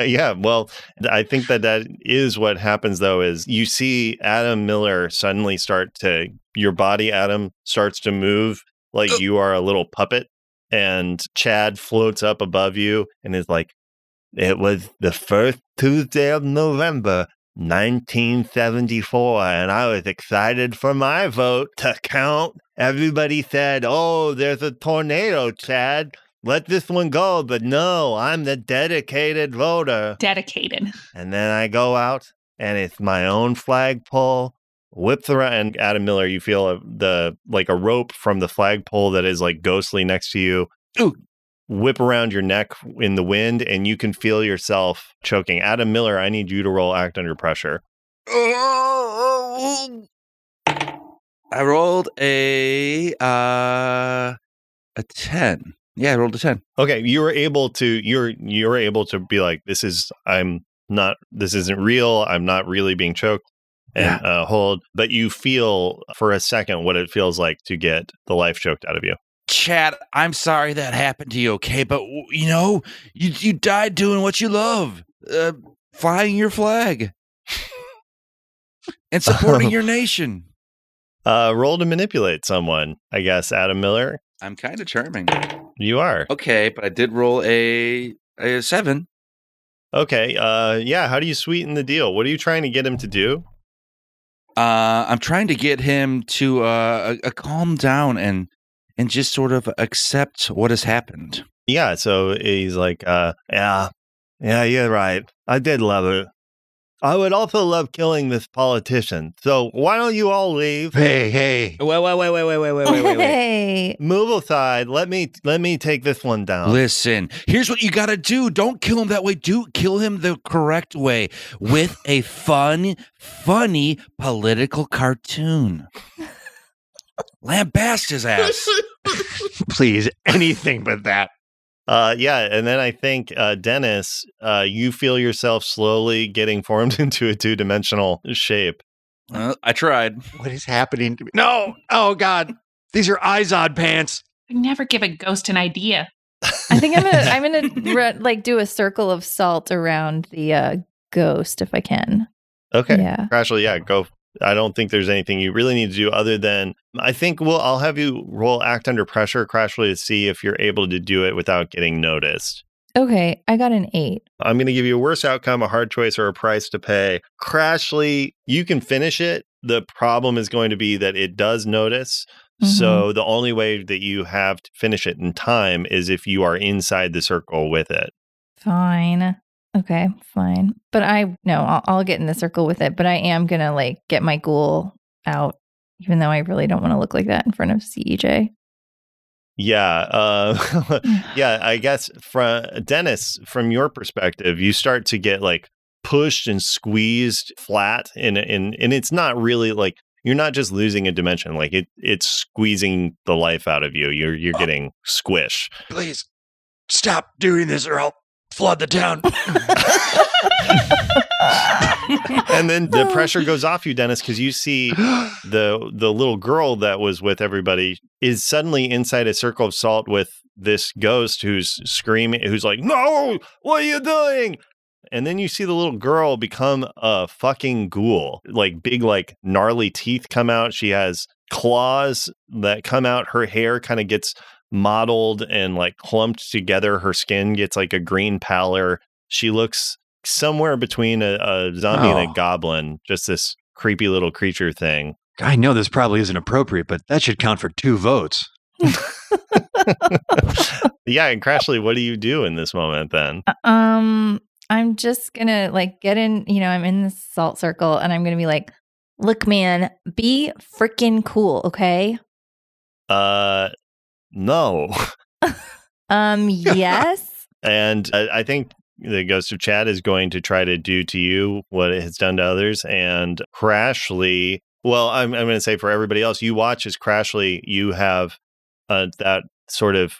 Yeah, well, I think that that is what happens though is you see Adam Miller suddenly start to your body Adam starts to move like you are a little puppet and Chad floats up above you and is like it was the first Tuesday of November 1974 and I was excited for my vote to count. Everybody said, "Oh, there's a tornado, Chad." Let this one go, but no, I'm the dedicated voter. Dedicated. And then I go out and it's my own flagpole. Whips around and Adam Miller, you feel a, the like a rope from the flagpole that is like ghostly next to you. Ooh. Whip around your neck in the wind, and you can feel yourself choking. Adam Miller, I need you to roll act under pressure. I rolled a uh a ten. Yeah, I rolled a 10. Okay, you were able to you're you're able to be like this is I'm not this isn't real. I'm not really being choked and uh, hold, but you feel for a second what it feels like to get the life choked out of you. Chad, I'm sorry that happened to you, okay? But, w- you know, you, you died doing what you love uh, flying your flag and supporting your nation. Uh, roll to manipulate someone, I guess. Adam Miller, I'm kind of charming. you are Okay, but I did roll a, a seven. Oh. okay. Uh, yeah. How do you sweeten the deal? What are you trying to get him to do? Uh, I'm trying to get him to uh, uh, calm down and and just sort of accept what has happened. Yeah. So he's like, uh, yeah, yeah, you're right. I did love it. I would also love killing this politician. So why don't you all leave? Hey, hey. Wait, wait, wait, wait, wait, wait, wait, wait, wait, wait. Hey. Move aside. Let me let me take this one Oh. down. Listen, here's what you gotta do. Don't kill him that way. Do kill him the correct way with a fun, funny political cartoon. Lambast his ass. Please, anything but that. Uh, yeah, and then I think uh, Dennis, uh, you feel yourself slowly getting formed into a two-dimensional shape. Uh, I tried. What is happening to me? No. Oh, God. These are Izod pants. I never give a ghost an idea. I think I'm gonna I'm gonna re- like do a circle of salt around the uh, ghost if I can. Okay, Yeah. Crashly, yeah, go. I don't think there's anything you really need to do other than I think we'll I'll have you roll act under pressure, Crashly, to see if you're able to do it without getting noticed. Okay, I got an eight. I'm going to give you a worse outcome, a hard choice, or a price to pay. Crashly, you can finish it. The problem is going to be that it does notice. So the only way that you have to finish it in time is if you are inside the circle with it. Fine. Okay, fine. But I no, I'll, I'll get in the circle with it. But I am gonna like get my ghoul out, even though I really don't want to look like that in front of E CEJ. Yeah. Uh, yeah. I guess from Dennis, from your perspective, you start to get like pushed and squeezed flat, and and and it's not really like you're not just losing a dimension. Like it, it's squeezing the life out of you. You're you're getting squish. Please stop doing this or I'll flood the town. and then the pressure goes off you, Dennis, because you see the the little girl that was with everybody is suddenly inside a circle of salt with this ghost who's screaming, who's like, "No, what are you doing?" And then you see the little girl become a fucking ghoul, like big, like gnarly teeth come out. She has claws that come out. Her hair kind of gets mottled and like clumped together. Her skin gets like a green pallor. She looks somewhere between a, a zombie and Oh. a goblin, just this creepy little creature thing. I know this probably isn't appropriate, but that should count for two votes. yeah, and Crashly, what do you do in this moment then? Um, I'm just gonna like get in. You know, I'm in this salt circle, and I'm gonna be like, "Look, man, be freaking cool, okay?" Uh no. Um, yes. And I, I think the ghost of Chad is going to try to do to you what it has done to others. And Crashly, well, I'm, I'm going to say for everybody else, you watch as Crashly, you have uh, that sort of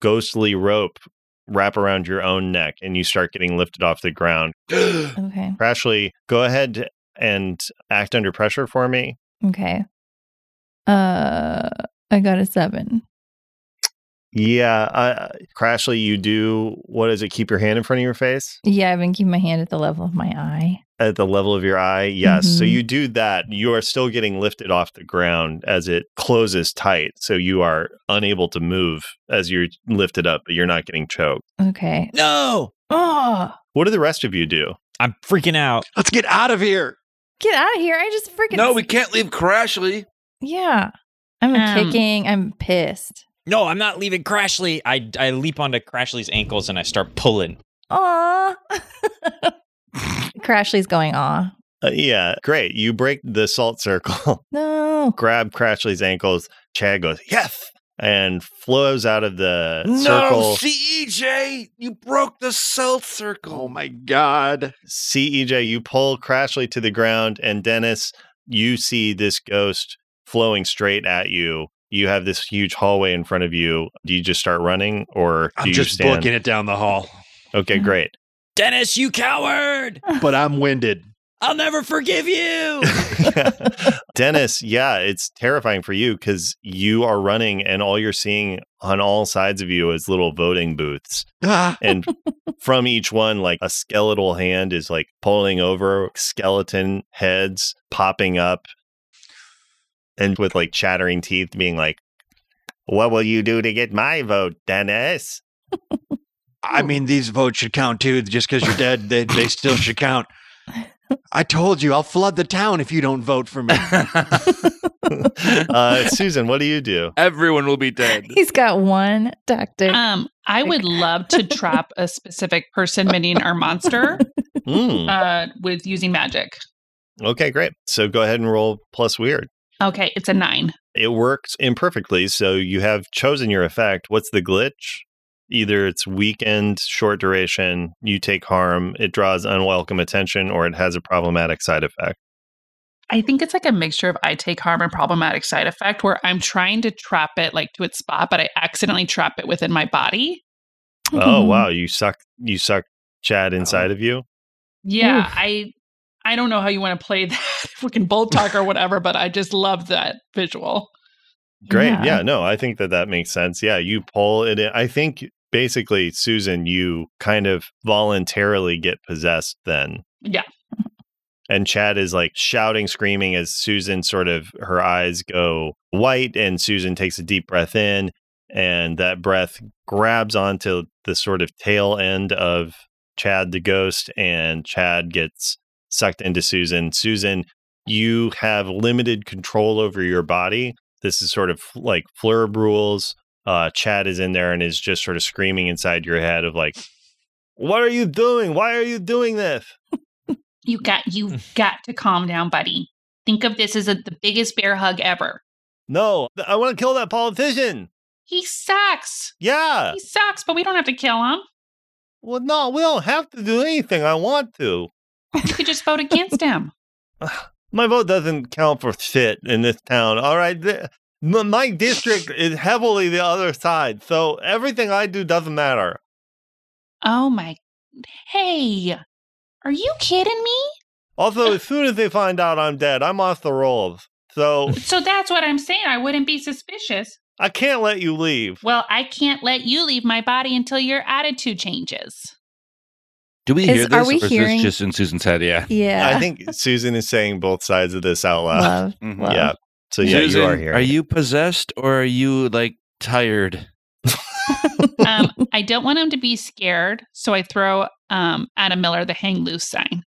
ghostly rope wrap around your own neck and you start getting lifted off the ground. okay. Crashly, go ahead and act under pressure for me. Okay. Uh, I got a seven. Yeah. Uh, Crashly, you do, what is it? Keep your hand in front of your face? Yeah, I've been keeping my hand at the level of my eye. at the level of your eye. Yes. So Mhm. you do that. You are still getting lifted off the ground as it closes tight. So you are unable to move as you're lifted up, but you're not getting choked. Okay. No, Oh, What do the rest of you do? I'm freaking out. Let's get out of here. get out of here! I just freaking No, we can't leave Crashly. yeah. I'm Um, kicking. I'm pissed. No, I'm not leaving Crashly. I, I leap onto Crashly's ankles and I start pulling. Aw. Crashly's going aw. Uh, yeah, great. You break the salt circle, No. grab Crashly's ankles. Chad goes, yes, and flows out of the No, circle. CEJ, you broke the salt circle. Oh my God. CEJ, E you pull Crashly to the ground, and Dennis, you see this ghost flowing straight at you You have this huge hallway in front of you. Do you just start running or do I'm you just stand? booking Mm-hmm. it down the hall, Okay, great. Dennis, you coward! but I'm winded. I'll never forgive you. Dennis, yeah, it's terrifying for you because you are running and all you're seeing on all sides of you is little voting booths. Ah, And from each one, like a skeletal hand is like pulling over, skeleton heads popping up, and with like chattering teeth being like, What will you do to get my vote, Dennis? I mean, these votes should count too. Just because you're dead, they, they still should count. I told you, I'll flood the town if you don't vote for me. uh, Susan, what do you do? Everyone will be dead. He's got one tactic. Um, I would love to trap a specific person meeting our monster Hmm. uh, with using magic. okay, great. So go ahead and roll plus weird. Okay, it's a nine. it works imperfectly. So you have chosen your effect. What's the glitch? Either it's weakened, short duration, you take harm, it draws unwelcome attention, or it has a problematic side effect. I think it's like a mixture of I take harm and problematic side effect where I'm trying to trap it like to its spot, but I accidentally trap it within my body. Oh wow, you suck! You suck, Chad, inside of you. Yeah, Oof. I I don't know how you want to play that freaking bold talk or whatever, but I just love that visual. Great. Yeah. Yeah. no, I think that that makes sense. Yeah, you pull it. In. I think basically, Susan, you kind of voluntarily get possessed then. Yeah. And Chad is like shouting, screaming as Susan sort of her eyes go white and Susan takes a deep breath in and that breath grabs onto the sort of tail end of Chad the ghost and Chad gets sucked into Susan. Susan, you have limited control over your body. This is sort of like Flurb rules. Uh, Chad is in there and is just sort of screaming inside your head of like, what are you doing? Why are you doing this? You got you got to calm down, buddy. Think of this as a, the biggest bear hug ever. No, th- I want to kill that politician. He sucks. Yeah. He sucks, but we don't have to kill him. Well, no, we don't have to do anything. I want to. You could just vote against him. My vote doesn't count for shit in this town. All right. Th- m- my district is heavily the other side. So everything I do doesn't matter. Oh my Hey. Are you kidding me? Also, as soon as they find out I'm dead, I'm off the rolls. So So that's what I'm saying. I wouldn't be suspicious. I can't let you leave. Well, I can't let you leave my body until your attitude changes. Do we Is- hear this? are we or is this hearing- just in Susan's head? Yeah. yeah. I think Susan is saying both sides of this out loud. love. Mhm. love. Yeah. So yeah, Susan, you are here. Are you possessed or are you like tired? Um, I don't want him to be scared, so I throw um, Adam Miller the hang loose sign.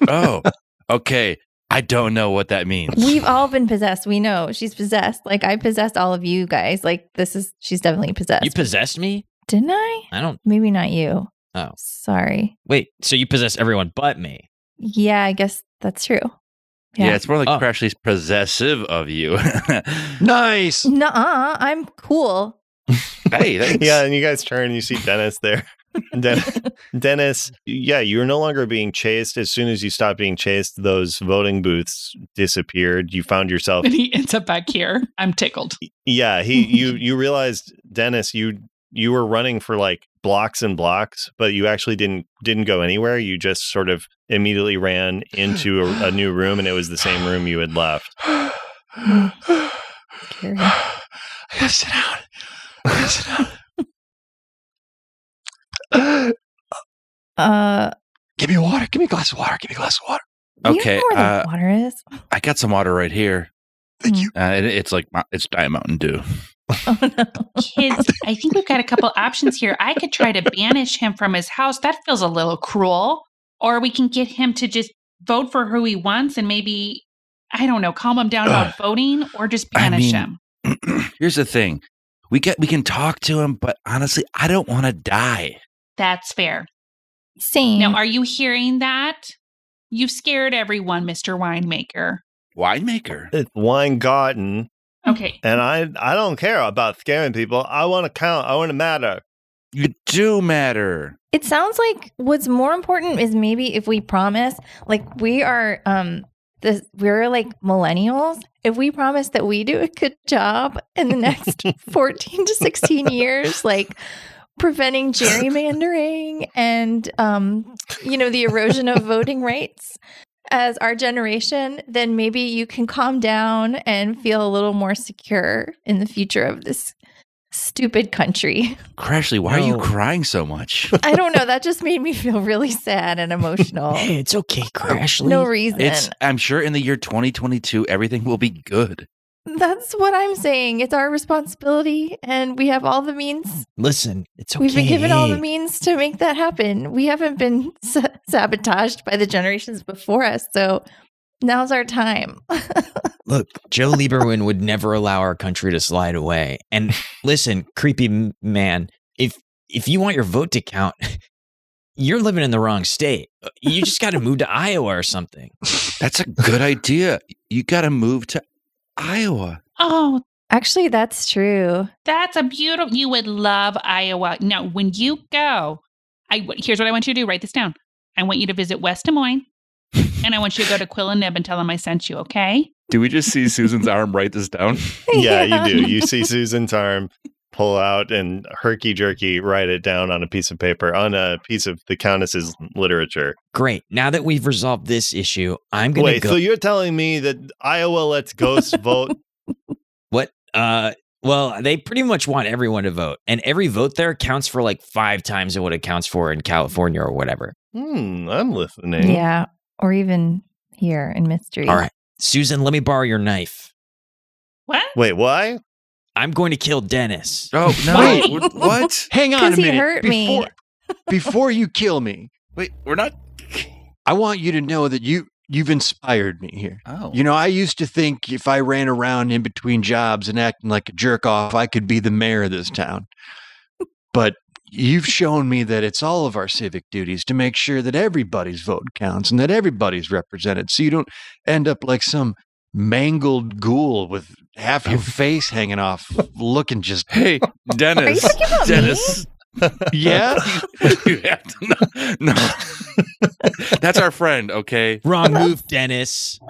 Oh, okay. I don't know what that means. We've all been possessed. We know she's possessed. Like I possessed all of you guys. Like this is she's definitely possessed. You possessed me? Didn't I? I don't. Maybe not you. Oh. Sorry. Wait, so you possess everyone but me? Yeah, I guess that's true. yeah. it's more like Oh. Crashly's possessive of you. nice. Nuh-uh, I'm cool. hey, thanks. yeah, and you guys turn and you see Dennis there. Den- Dennis, yeah, you're no longer being chased. As soon as you stopped being chased, those voting booths disappeared. You found yourself. And he ends up back here. I'm tickled. Yeah, he you you realized Dennis, you you were running for like blocks and blocks, but you actually didn't didn't go anywhere. You just sort of immediately ran into a, a new room, and it was the same room you had left. Carrie. I gotta sit down. I gotta sit down. Uh give me water. Give me a glass of water. Give me a glass of water. Okay, You know where the uh, water is? I got some water right here. Thank you. Uh, and it's like my- it's Diet Mountain Dew. Oh no. Kids, I think we've got a couple options here. I could try to banish him from his house. That feels a little cruel. Or we can get him to just vote for who he wants and maybe, I don't know, calm him down about voting or just I banish mean- him. Here's the thing. We get we can talk to him, but honestly, I don't want to die. That's fair. Same. Now, are you hearing that? You've scared everyone, Mr. Winemaker. Winemaker. It's Weingarten, Okay. and I I don't care about scaring people. I want to count. I want to matter. You do matter. It sounds like what's more important is maybe if we promise, like we are um this, we're like millennials. If we promise that we do a good job in the next 14 to 16 years, like preventing gerrymandering and, um, you know, the erosion of voting rights as our generation, then maybe you can calm down and feel a little more secure in the future of this stupid country. Crashly, why are you No. crying so much? I don't know. That just made me feel really sad and emotional. Hey, it's okay, Crashly. no reason. It's I'm sure in the year 2022 everything will be good. That's what I'm saying. It's our responsibility, and we have all the means. Listen, it's okay. We've been given all the Hey, means to make that happen. We haven't been sa- sabotaged by the generations before us. So now's our time. Look, Joe Lieberman would never allow our country to slide away. And listen, creepy m- man, if if you want your vote to count, you're living in the wrong state. Uh, You just got to move to Iowa or something. That's a good idea. You got to move to Iowa. Oh, Actually, that's true. That's a beautiful. You would love Iowa. Now, when you go, I w- here's what I want you to do. Write this down. I want you to visit West Des Moines, and I want you to go to Quill and Nib and tell them I sent you. Okay? Do we just see Susan's arm write this down? Yeah, you do. You see Susan's arm pull out and herky jerky write it down on a piece of paper, on a piece of the Countess's literature. Great. Now that we've resolved this issue, I'm going to Wait, go. so you're telling me that Iowa lets ghosts vote? What? Uh, well, they pretty much want everyone to vote, and every vote there counts for like five times what it counts for in California or whatever. Hmm, I'm listening. Yeah. Or even here in mystery. All right, Susan, let me borrow your knife. What? Wait, why? I'm going to kill Dennis. Oh, Why? no. what? Hang on a Because he minute. hurt me. before, before you kill me, Wait, we're not I want you to know that you you've inspired me here. Oh. You know, I used to think if I ran around in between jobs and acting like a jerk off, I could be the mayor of this town. But you've shown me that it's all of our civic duties to make sure that everybody's vote counts and that everybody's represented so you don't end up like some mangled ghoul with half your face hanging off looking just Hey, Dennis. Are you talking about me? Dennis. yeah you have to no, no. That's our friend, okay? Wrong move, Dennis.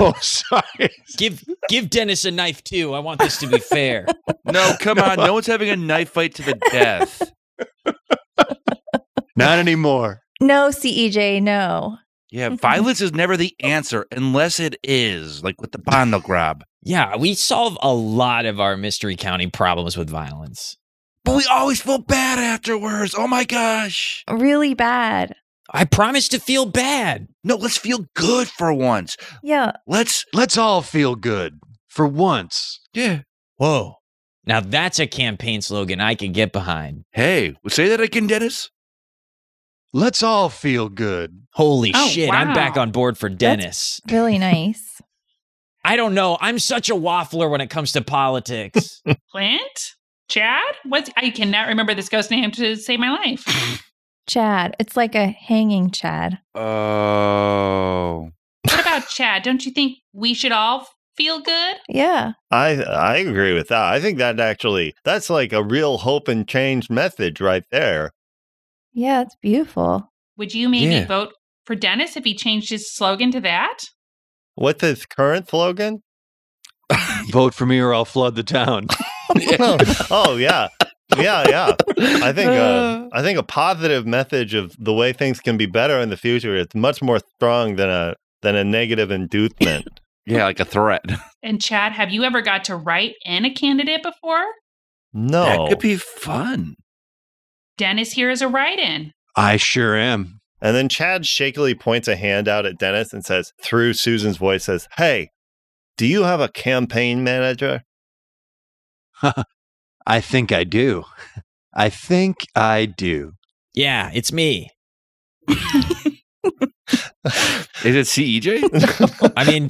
oh sorry Give give Dennis a knife too. I want this to be fair. No, come on. No one's having a knife fight to the death. not anymore No, CEJ, no. Yeah, violence is never the answer unless it is, like with the bondo grab. Yeah, we solve a lot of our mystery county problems with violence. But we always feel bad afterwards. Oh my gosh. Really bad. I promise to feel bad. No, let's feel good for once. Yeah. Let's let's all feel good for once yeah. Whoa. Now that's a campaign slogan I could get behind. Hey, say that again, Dennis. let's all feel good Holy Oh, shit, I'm back wow. on board for Dennis. Really nice. I don't know. I'm such a waffler when it comes to politics. Clint, Chad. What's? I cannot remember this ghost name to save my life. Chad. It's like a hanging Chad. Oh. what about Chad? Don't you think we should all feel good? Yeah. I I agree with that. I think that actually that's like a real hope and change message right there. Yeah. It's beautiful. Would you maybe Yeah. vote for Dennis if he changed his slogan to that? What's his current slogan? vote for me or I'll flood the town. oh yeah. Yeah, yeah. I think uh, I think a positive message of the way things can be better in the future is much more strong than a than a negative inducement. Yeah, like a threat. And Chad, have you ever got to write in a candidate before? No, That could be fun. Dennis here is a write-in. I sure am. and then Chad shakily points a hand out at Dennis and says, through Susan's voice, says, "Hey, do you have a campaign manager?" I think I do. I think I do. yeah, it's me. Is it E CEJ? I mean,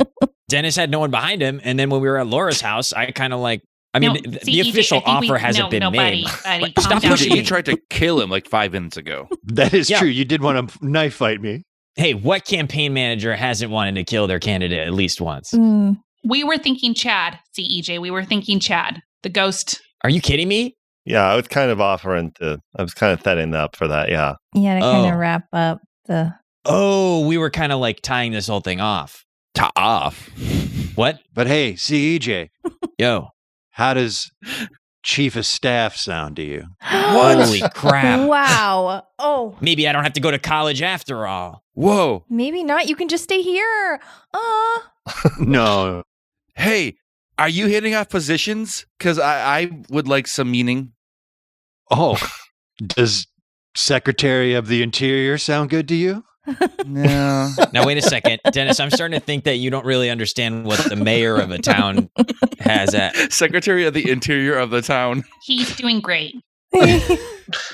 Dennis had no one behind him, and then when we were at Laura's house, I kind of like. I mean, No, th- see, the EJ, official I think we- offer hasn't no, been no, buddy, made. buddy, Like, calm stop down. pushing you me. tried to kill him like five minutes ago. That is Yeah. true. You did want to knife fight me. hey, what campaign manager hasn't wanted to kill their candidate at least once? Mm. We were thinking Chad, CEJ. We were thinking Chad, the ghost. Are you kidding me? Yeah, I was kind of offering to. I was kind of setting up for that. Yeah. Yeah, to kind Oh. of wrap up the Oh, we were kind of like tying this whole thing off. tough. What? But hey, CEJ, Yo. how does chief of staff sound to you? What? Holy crap. Wow. Oh, Maybe I don't have to go to college after all. Whoa. maybe not. You can just stay here. Uh, no. Hey, are you hitting off positions? Because I, I would like some meaning. Oh, does Secretary of the Interior sound good to you? No. Now wait a second, Dennis. I'm starting to think that you don't really understand what the mayor of a town has at. Secretary of the Interior of the town. He's doing great.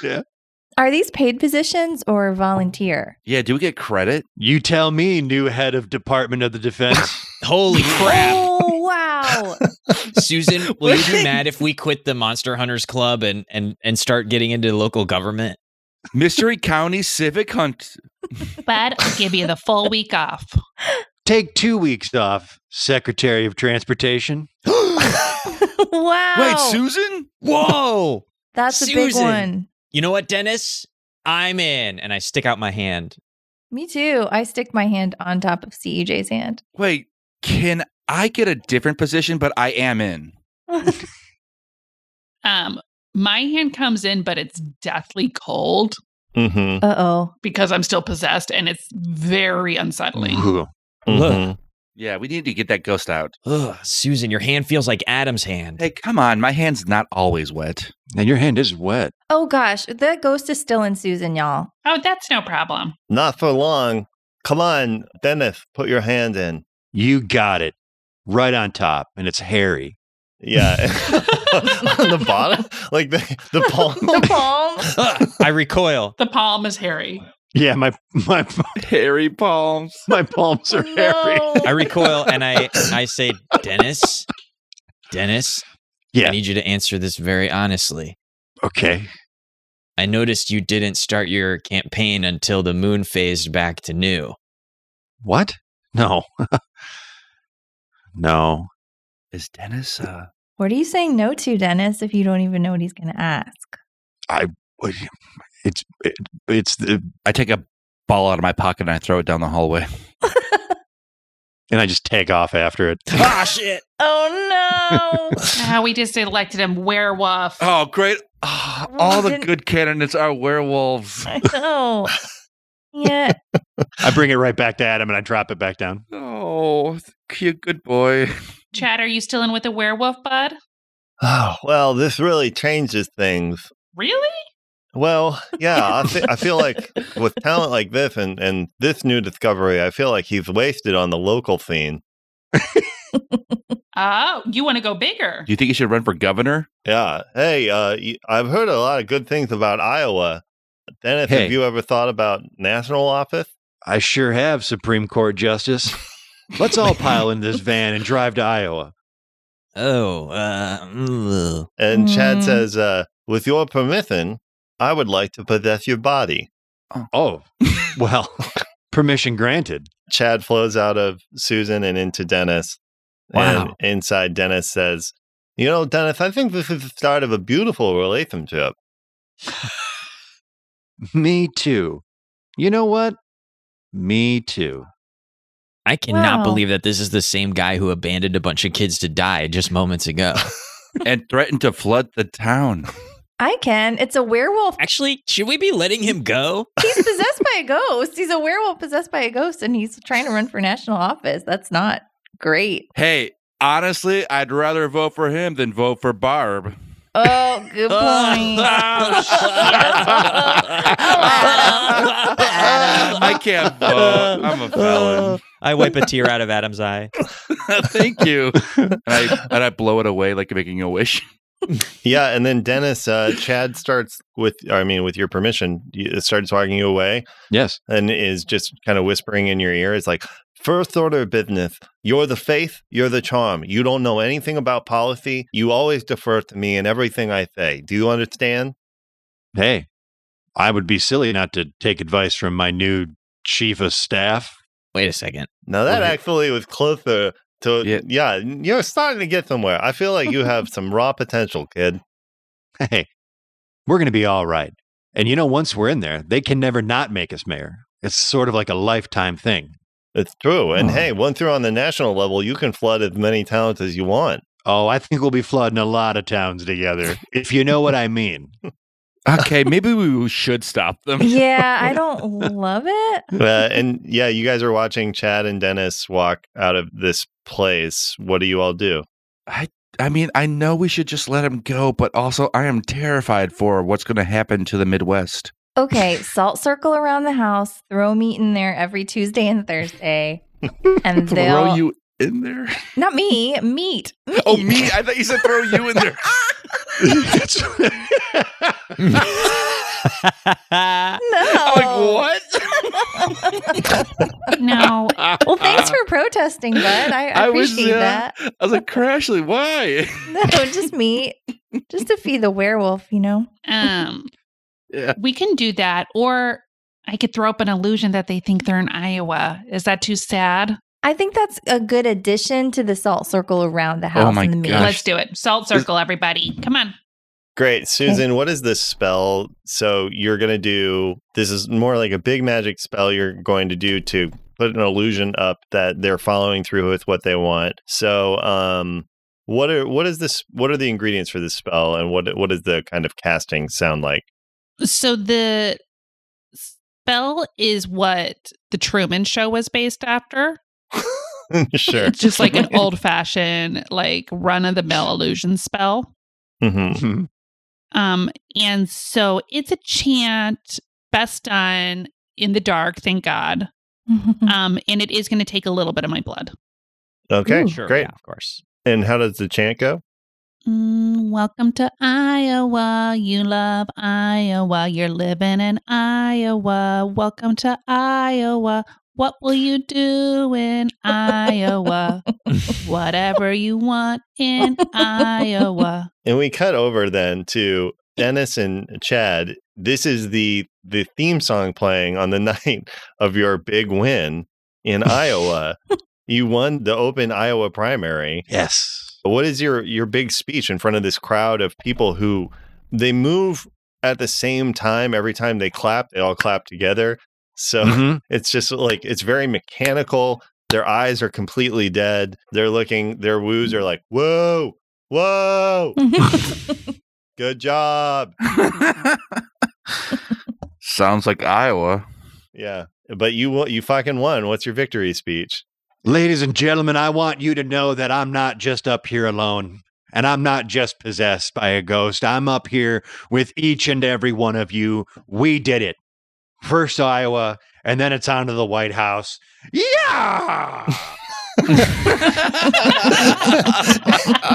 Yeah. Are these paid positions or volunteer? Yeah, do we get credit? You tell me, new head of Department of the Defense. Holy crap, Oh, wow. Susan! Will you be mad if we quit the Monster Hunters Club and and and start getting into local government? Mystery County Civic Hunt. But I'll give you the full week off. Take two weeks off, Secretary of Transportation. wow. Wait, Susan? Whoa! That's a big Susan. one. You know what, Dennis? I'm in, and I stick out my hand. Me too. I stick my hand on top of CEJ's hand. Wait, can I get a different position? But I am in. Um, my hand comes in, but it's deathly cold Mm-hmm. Uh oh. because I'm still possessed, and it's very unsettling. Ooh. Mhm. Yeah, we need to get that ghost out. Ugh, Susan, your hand feels like Adam's hand. Hey, come on. My hand's not always wet. And your hand is wet. Oh gosh, that ghost is still in Susan, y'all. Oh, that's no problem. Not for long. Come on, Dennis, put your hand in. You got it. Right on top, and it's hairy. Yeah. on the bottom? Like the, the palm. The palm. Ugh, I recoil. The palm is hairy. Yeah, my my Hairy palms. my palms are hairy. No. I recoil, and I I say, Dennis, Dennis, I Yeah. need you to answer this very honestly. Okay. I noticed you didn't start your campaign until the moon phased back to new. What? No. no. Is Dennis uh What are you saying no to, Dennis, if you don't even know what he's going to ask? What- It's it, it's the I take a ball out of my pocket and I throw it down the hallway. and I just take off after it. ah, shit. Oh no. Ah, we just elected him werewolf. Oh, great. Ah, all the Didn't- good candidates are Oh. werewolves. I know. Yeah. I bring it right back to Adam and I drop it back down. Oh, cute good boy. Chad, are you still in with a werewolf, bud? Oh, well, this really changes things. Really? Well, yeah, I, fe- I feel like with talent like this and, and this new discovery, I feel like he's wasted on the local scene. Oh, you want to go bigger? Do you think you should run for governor? Yeah. Hey, uh, y- I've heard a lot of good things about Iowa. Dennis, Hey. have you ever thought about national office? I sure have, Supreme Court Justice. Let's all pile in this van and drive to Iowa. Oh, uh, ugh. And Mm. Chad says, uh, with your permission, I would like to possess your body. Oh, well, permission granted. Chad flows out of Susan and into Dennis. Wow. And inside, Dennis says, You know, Dennis, I think this is the start of a beautiful relationship. Me too. You know what? Me too. I cannot Wow. believe that this is the same guy who abandoned a bunch of kids to die just moments ago. and threaten to flood the town. I can. It's a werewolf. Actually, should we be letting him go? He's possessed by a ghost. He's a werewolf possessed by a ghost and he's trying to run for national office. That's not great. Hey, honestly, I'd rather vote for him than vote for Barb. Oh, good point. Adam. I can't vote. I'm a felon. I wipe a tear out of Adam's eye. Thank you. And I, and I blow it away like making a wish. Yeah. And then Dennis, uh, Chad starts with, I mean, with your permission, y- uh, starts walking you away Yes. and is just kind of whispering in your ear. It's like, First order of business, you're the faith, you're the charm. You don't know anything about policy. You always defer to me in everything I say. Do you understand? Hey, I would be silly not to take advice from my new chief of staff. Wait a second. Now that Right. actually was closer to Yeah. yeah. you're starting to get somewhere. I feel like you have some raw potential, kid. Hey, we're going to be all right. And you know, once we're in there, they can never not make us mayor. It's sort of like a lifetime thing. It's true. And Oh. hey, one through on the national level, you can flood as many towns as you want. Oh, I think we'll be flooding a lot of towns together, if you know what I mean. Okay, maybe we should stop them. Yeah, I don't love it. Uh, and yeah, you guys are watching Chad and Dennis walk out of this place. What do you all do? I mean, I know we should just let him go, but also I am terrified for what's going to happen to the Midwest. Okay, salt circle around the house, throw meat in there every Tuesday and Thursday. And they'll Throw you in there? not me, meat. meat. Oh, me? I thought you said throw you in there. That's- No. Like what? No, what? well, thanks for protesting, bud. I, I appreciate uh, that. I was like, Crashly, why? No, just meat. Just to feed the werewolf, you know? um, Yeah. we can do that, or I could throw up an illusion that they think they're in Iowa. Is that too sad? I think that's a good addition to the salt circle around the house my and the meat. Gosh. Let's do it. Salt circle, everybody. Come on. Great. Susan, what is this spell? So you're going to do this is more like a big magic spell you're going to do to put an illusion up that they're following through with what they want. So, um, what are what is this what are the ingredients for this spell and what what does the kind of casting sound like? So the spell is what the Truman Show was based after. sure. It's just like an old fashioned, like run of the mill illusion spell. Mhm. Mhm. Um, and so it's a chant best done in the dark, thank God. Mm. Um, and it is going to take a little bit of my blood. Okay. Ooh. sure, Great. yeah, of course. And how does the chant go? Mm, welcome to Iowa. You love Iowa. You're living in Iowa. Welcome to Iowa. What will you do in Iowa? Whatever you want in Iowa. And we cut over then to Dennis and Chad. This is the the theme song playing on the night of your big win in Iowa. You won the open Iowa primary. yes. What is your your big speech in front of this crowd of people who they move at the same time every time they clap, they all clap together. So Mm-hmm. Mhm. it's just like it's very mechanical. Their eyes are completely dead. They're looking, their woos are like, whoa, whoa, good job. Sounds like Iowa. Yeah, but you wa- you fucking won. What's your victory speech? Ladies and gentlemen, I want you to know that I'm not just up here alone. And I'm not just possessed by a ghost. I'm up here with each and every one of you. We did it. First Iowa, and then it's on to the White House. Yeah.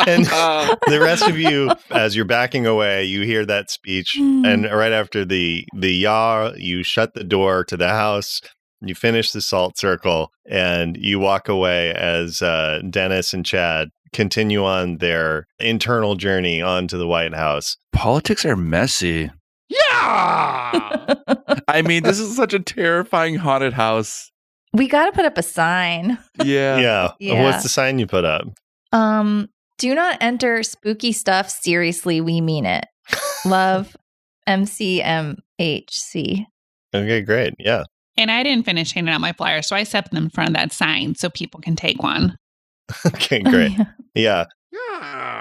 And Uh, the rest of you, as you're backing away, you hear that speech, and right after the the yah, you shut the door to the house. You finish the salt circle, and you walk away as uh, Dennis and Chad continue on their internal journey onto the White House. politics are messy. yeah. I mean, this is such a terrifying haunted house. we got to put up a sign. Yeah. Yeah. Yeah. What's the sign you put up? Um, do not enter spooky stuff seriously. We mean it. Love MCMHC. Okay, great. Yeah. And I didn't finish handing out my flyers, so I set them in front of that sign so people can take one. Okay, great. Yeah.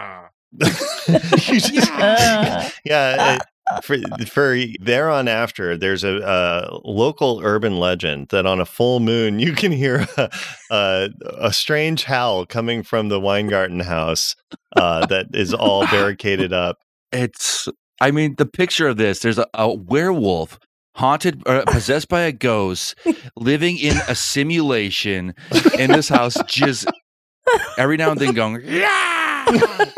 You just- Yeah. yeah uh, for, for there on after there's a, uh local urban legend that on a full moon you can hear a, a, a strange howl coming from the weingarten house uh, that is all barricaded up It's, I mean, the picture of this there's a, a werewolf haunted, uh, possessed by a ghost, living in a simulation in this house, just every now and then going, yeah.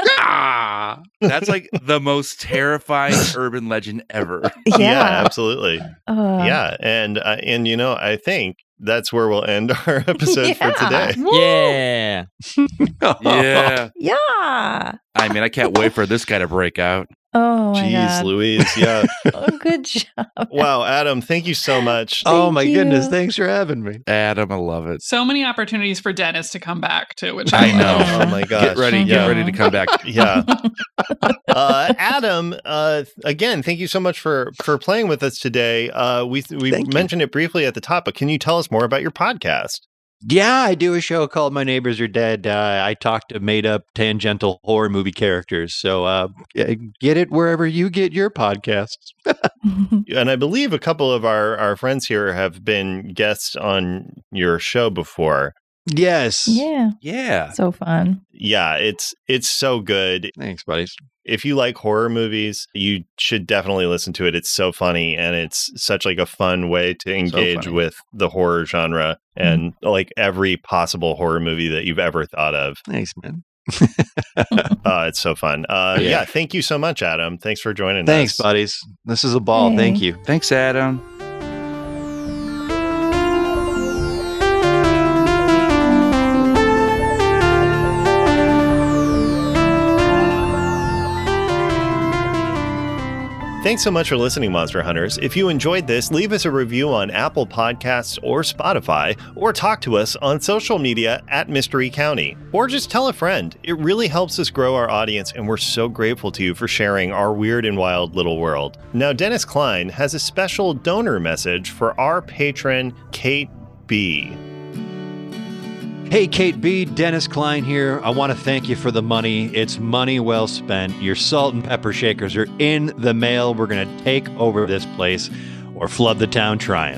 yeah." That's like the most terrifying urban legend ever. Yeah. absolutely Uh, yeah and uh, and you know i think that's where we'll end our episode for Yeah. today Yeah. Yeah. Yeah. I mean, I can't wait for this guy to break out. Oh, my jeez God. louise yeah Oh, good job. wow adam thank you so much oh Thank my goodness. you. Thanks for having me. Adam, I love it. So many opportunities for Dennis to come back to, which I know. love. oh my gosh Get ready, yeah. get ready to come back. yeah uh, adam uh, again thank you so much for for playing with us today uh, we we Thank you. mentioned it briefly at the top but can you tell us more about your podcast Yeah, I do a show called My Neighbors Are Dead. Uh, I talk to made up tangential horror movie characters. So uh, g- get it wherever you get your podcasts. and I believe a couple of our, our friends here have been guests on your show before. Yes. yeah. Yeah. So fun. Yeah, it's it's so good. Thanks, buddies. If you like horror movies, you should definitely listen to it. It's so funny and it's such like a fun way to engage funny. with the horror genre and like every possible horror movie that you've ever thought of. Thanks, man. Uh, it's so fun. Uh, yeah. Yeah. thank you so much, Adam. Thanks for joining Thanks, us. buddies. This is a ball. Hey. Thank you. Thanks, Adam. Thanks so much for listening, Monster Hunters. If you enjoyed this, leave us a review on Apple Podcasts or Spotify, or talk to us on social media at Mystery County, or just tell a friend. It really helps us grow our audience, and we're so grateful to you for sharing our weird and wild little world. Now, Dennis Klein has a special donor message for our patron, Kate B. Hey, Kate B. Dennis Klein here. I want to thank you for the money. It's money well spent. Your salt and pepper shakers are in the mail. We're going to take over this place or flood the town trying.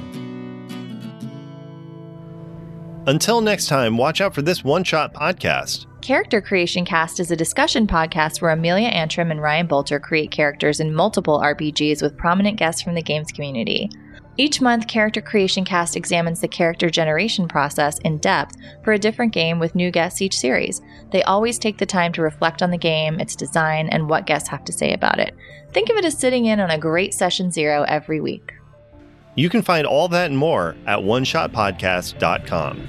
Until next time, watch out for this one shot podcast. Character Creation Cast is a discussion podcast where Amelia Antrim and Ryan Bolter create characters in multiple RPGs with prominent guests from the games community. Each month, Character Creation Cast examines the character generation process in depth for a different game with new guests each series. They always take the time to reflect on the game, its design, and what guests have to say about it. Think of it as sitting in on a great session zero every week. You can find all that and more at oneshotpodcast.com.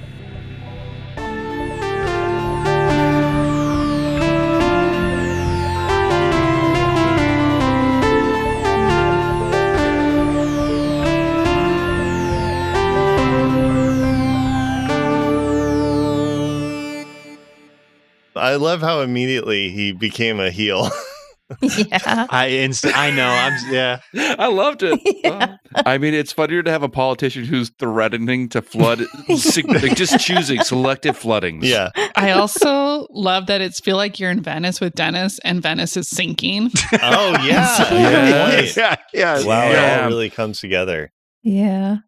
I love how immediately he became a heel. yeah. I inst- I know. I'm yeah. I loved it. Yeah. Uh, I mean, it's funnier to have a politician who's threatening to flood, sig- like just choosing selective floodings. yeah. I also love that it's feel like you're in Venice with Dennis and Venice is sinking. Oh yeah. Yes. Good point. yeah. Wow, it Yeah. all really comes together. Yeah.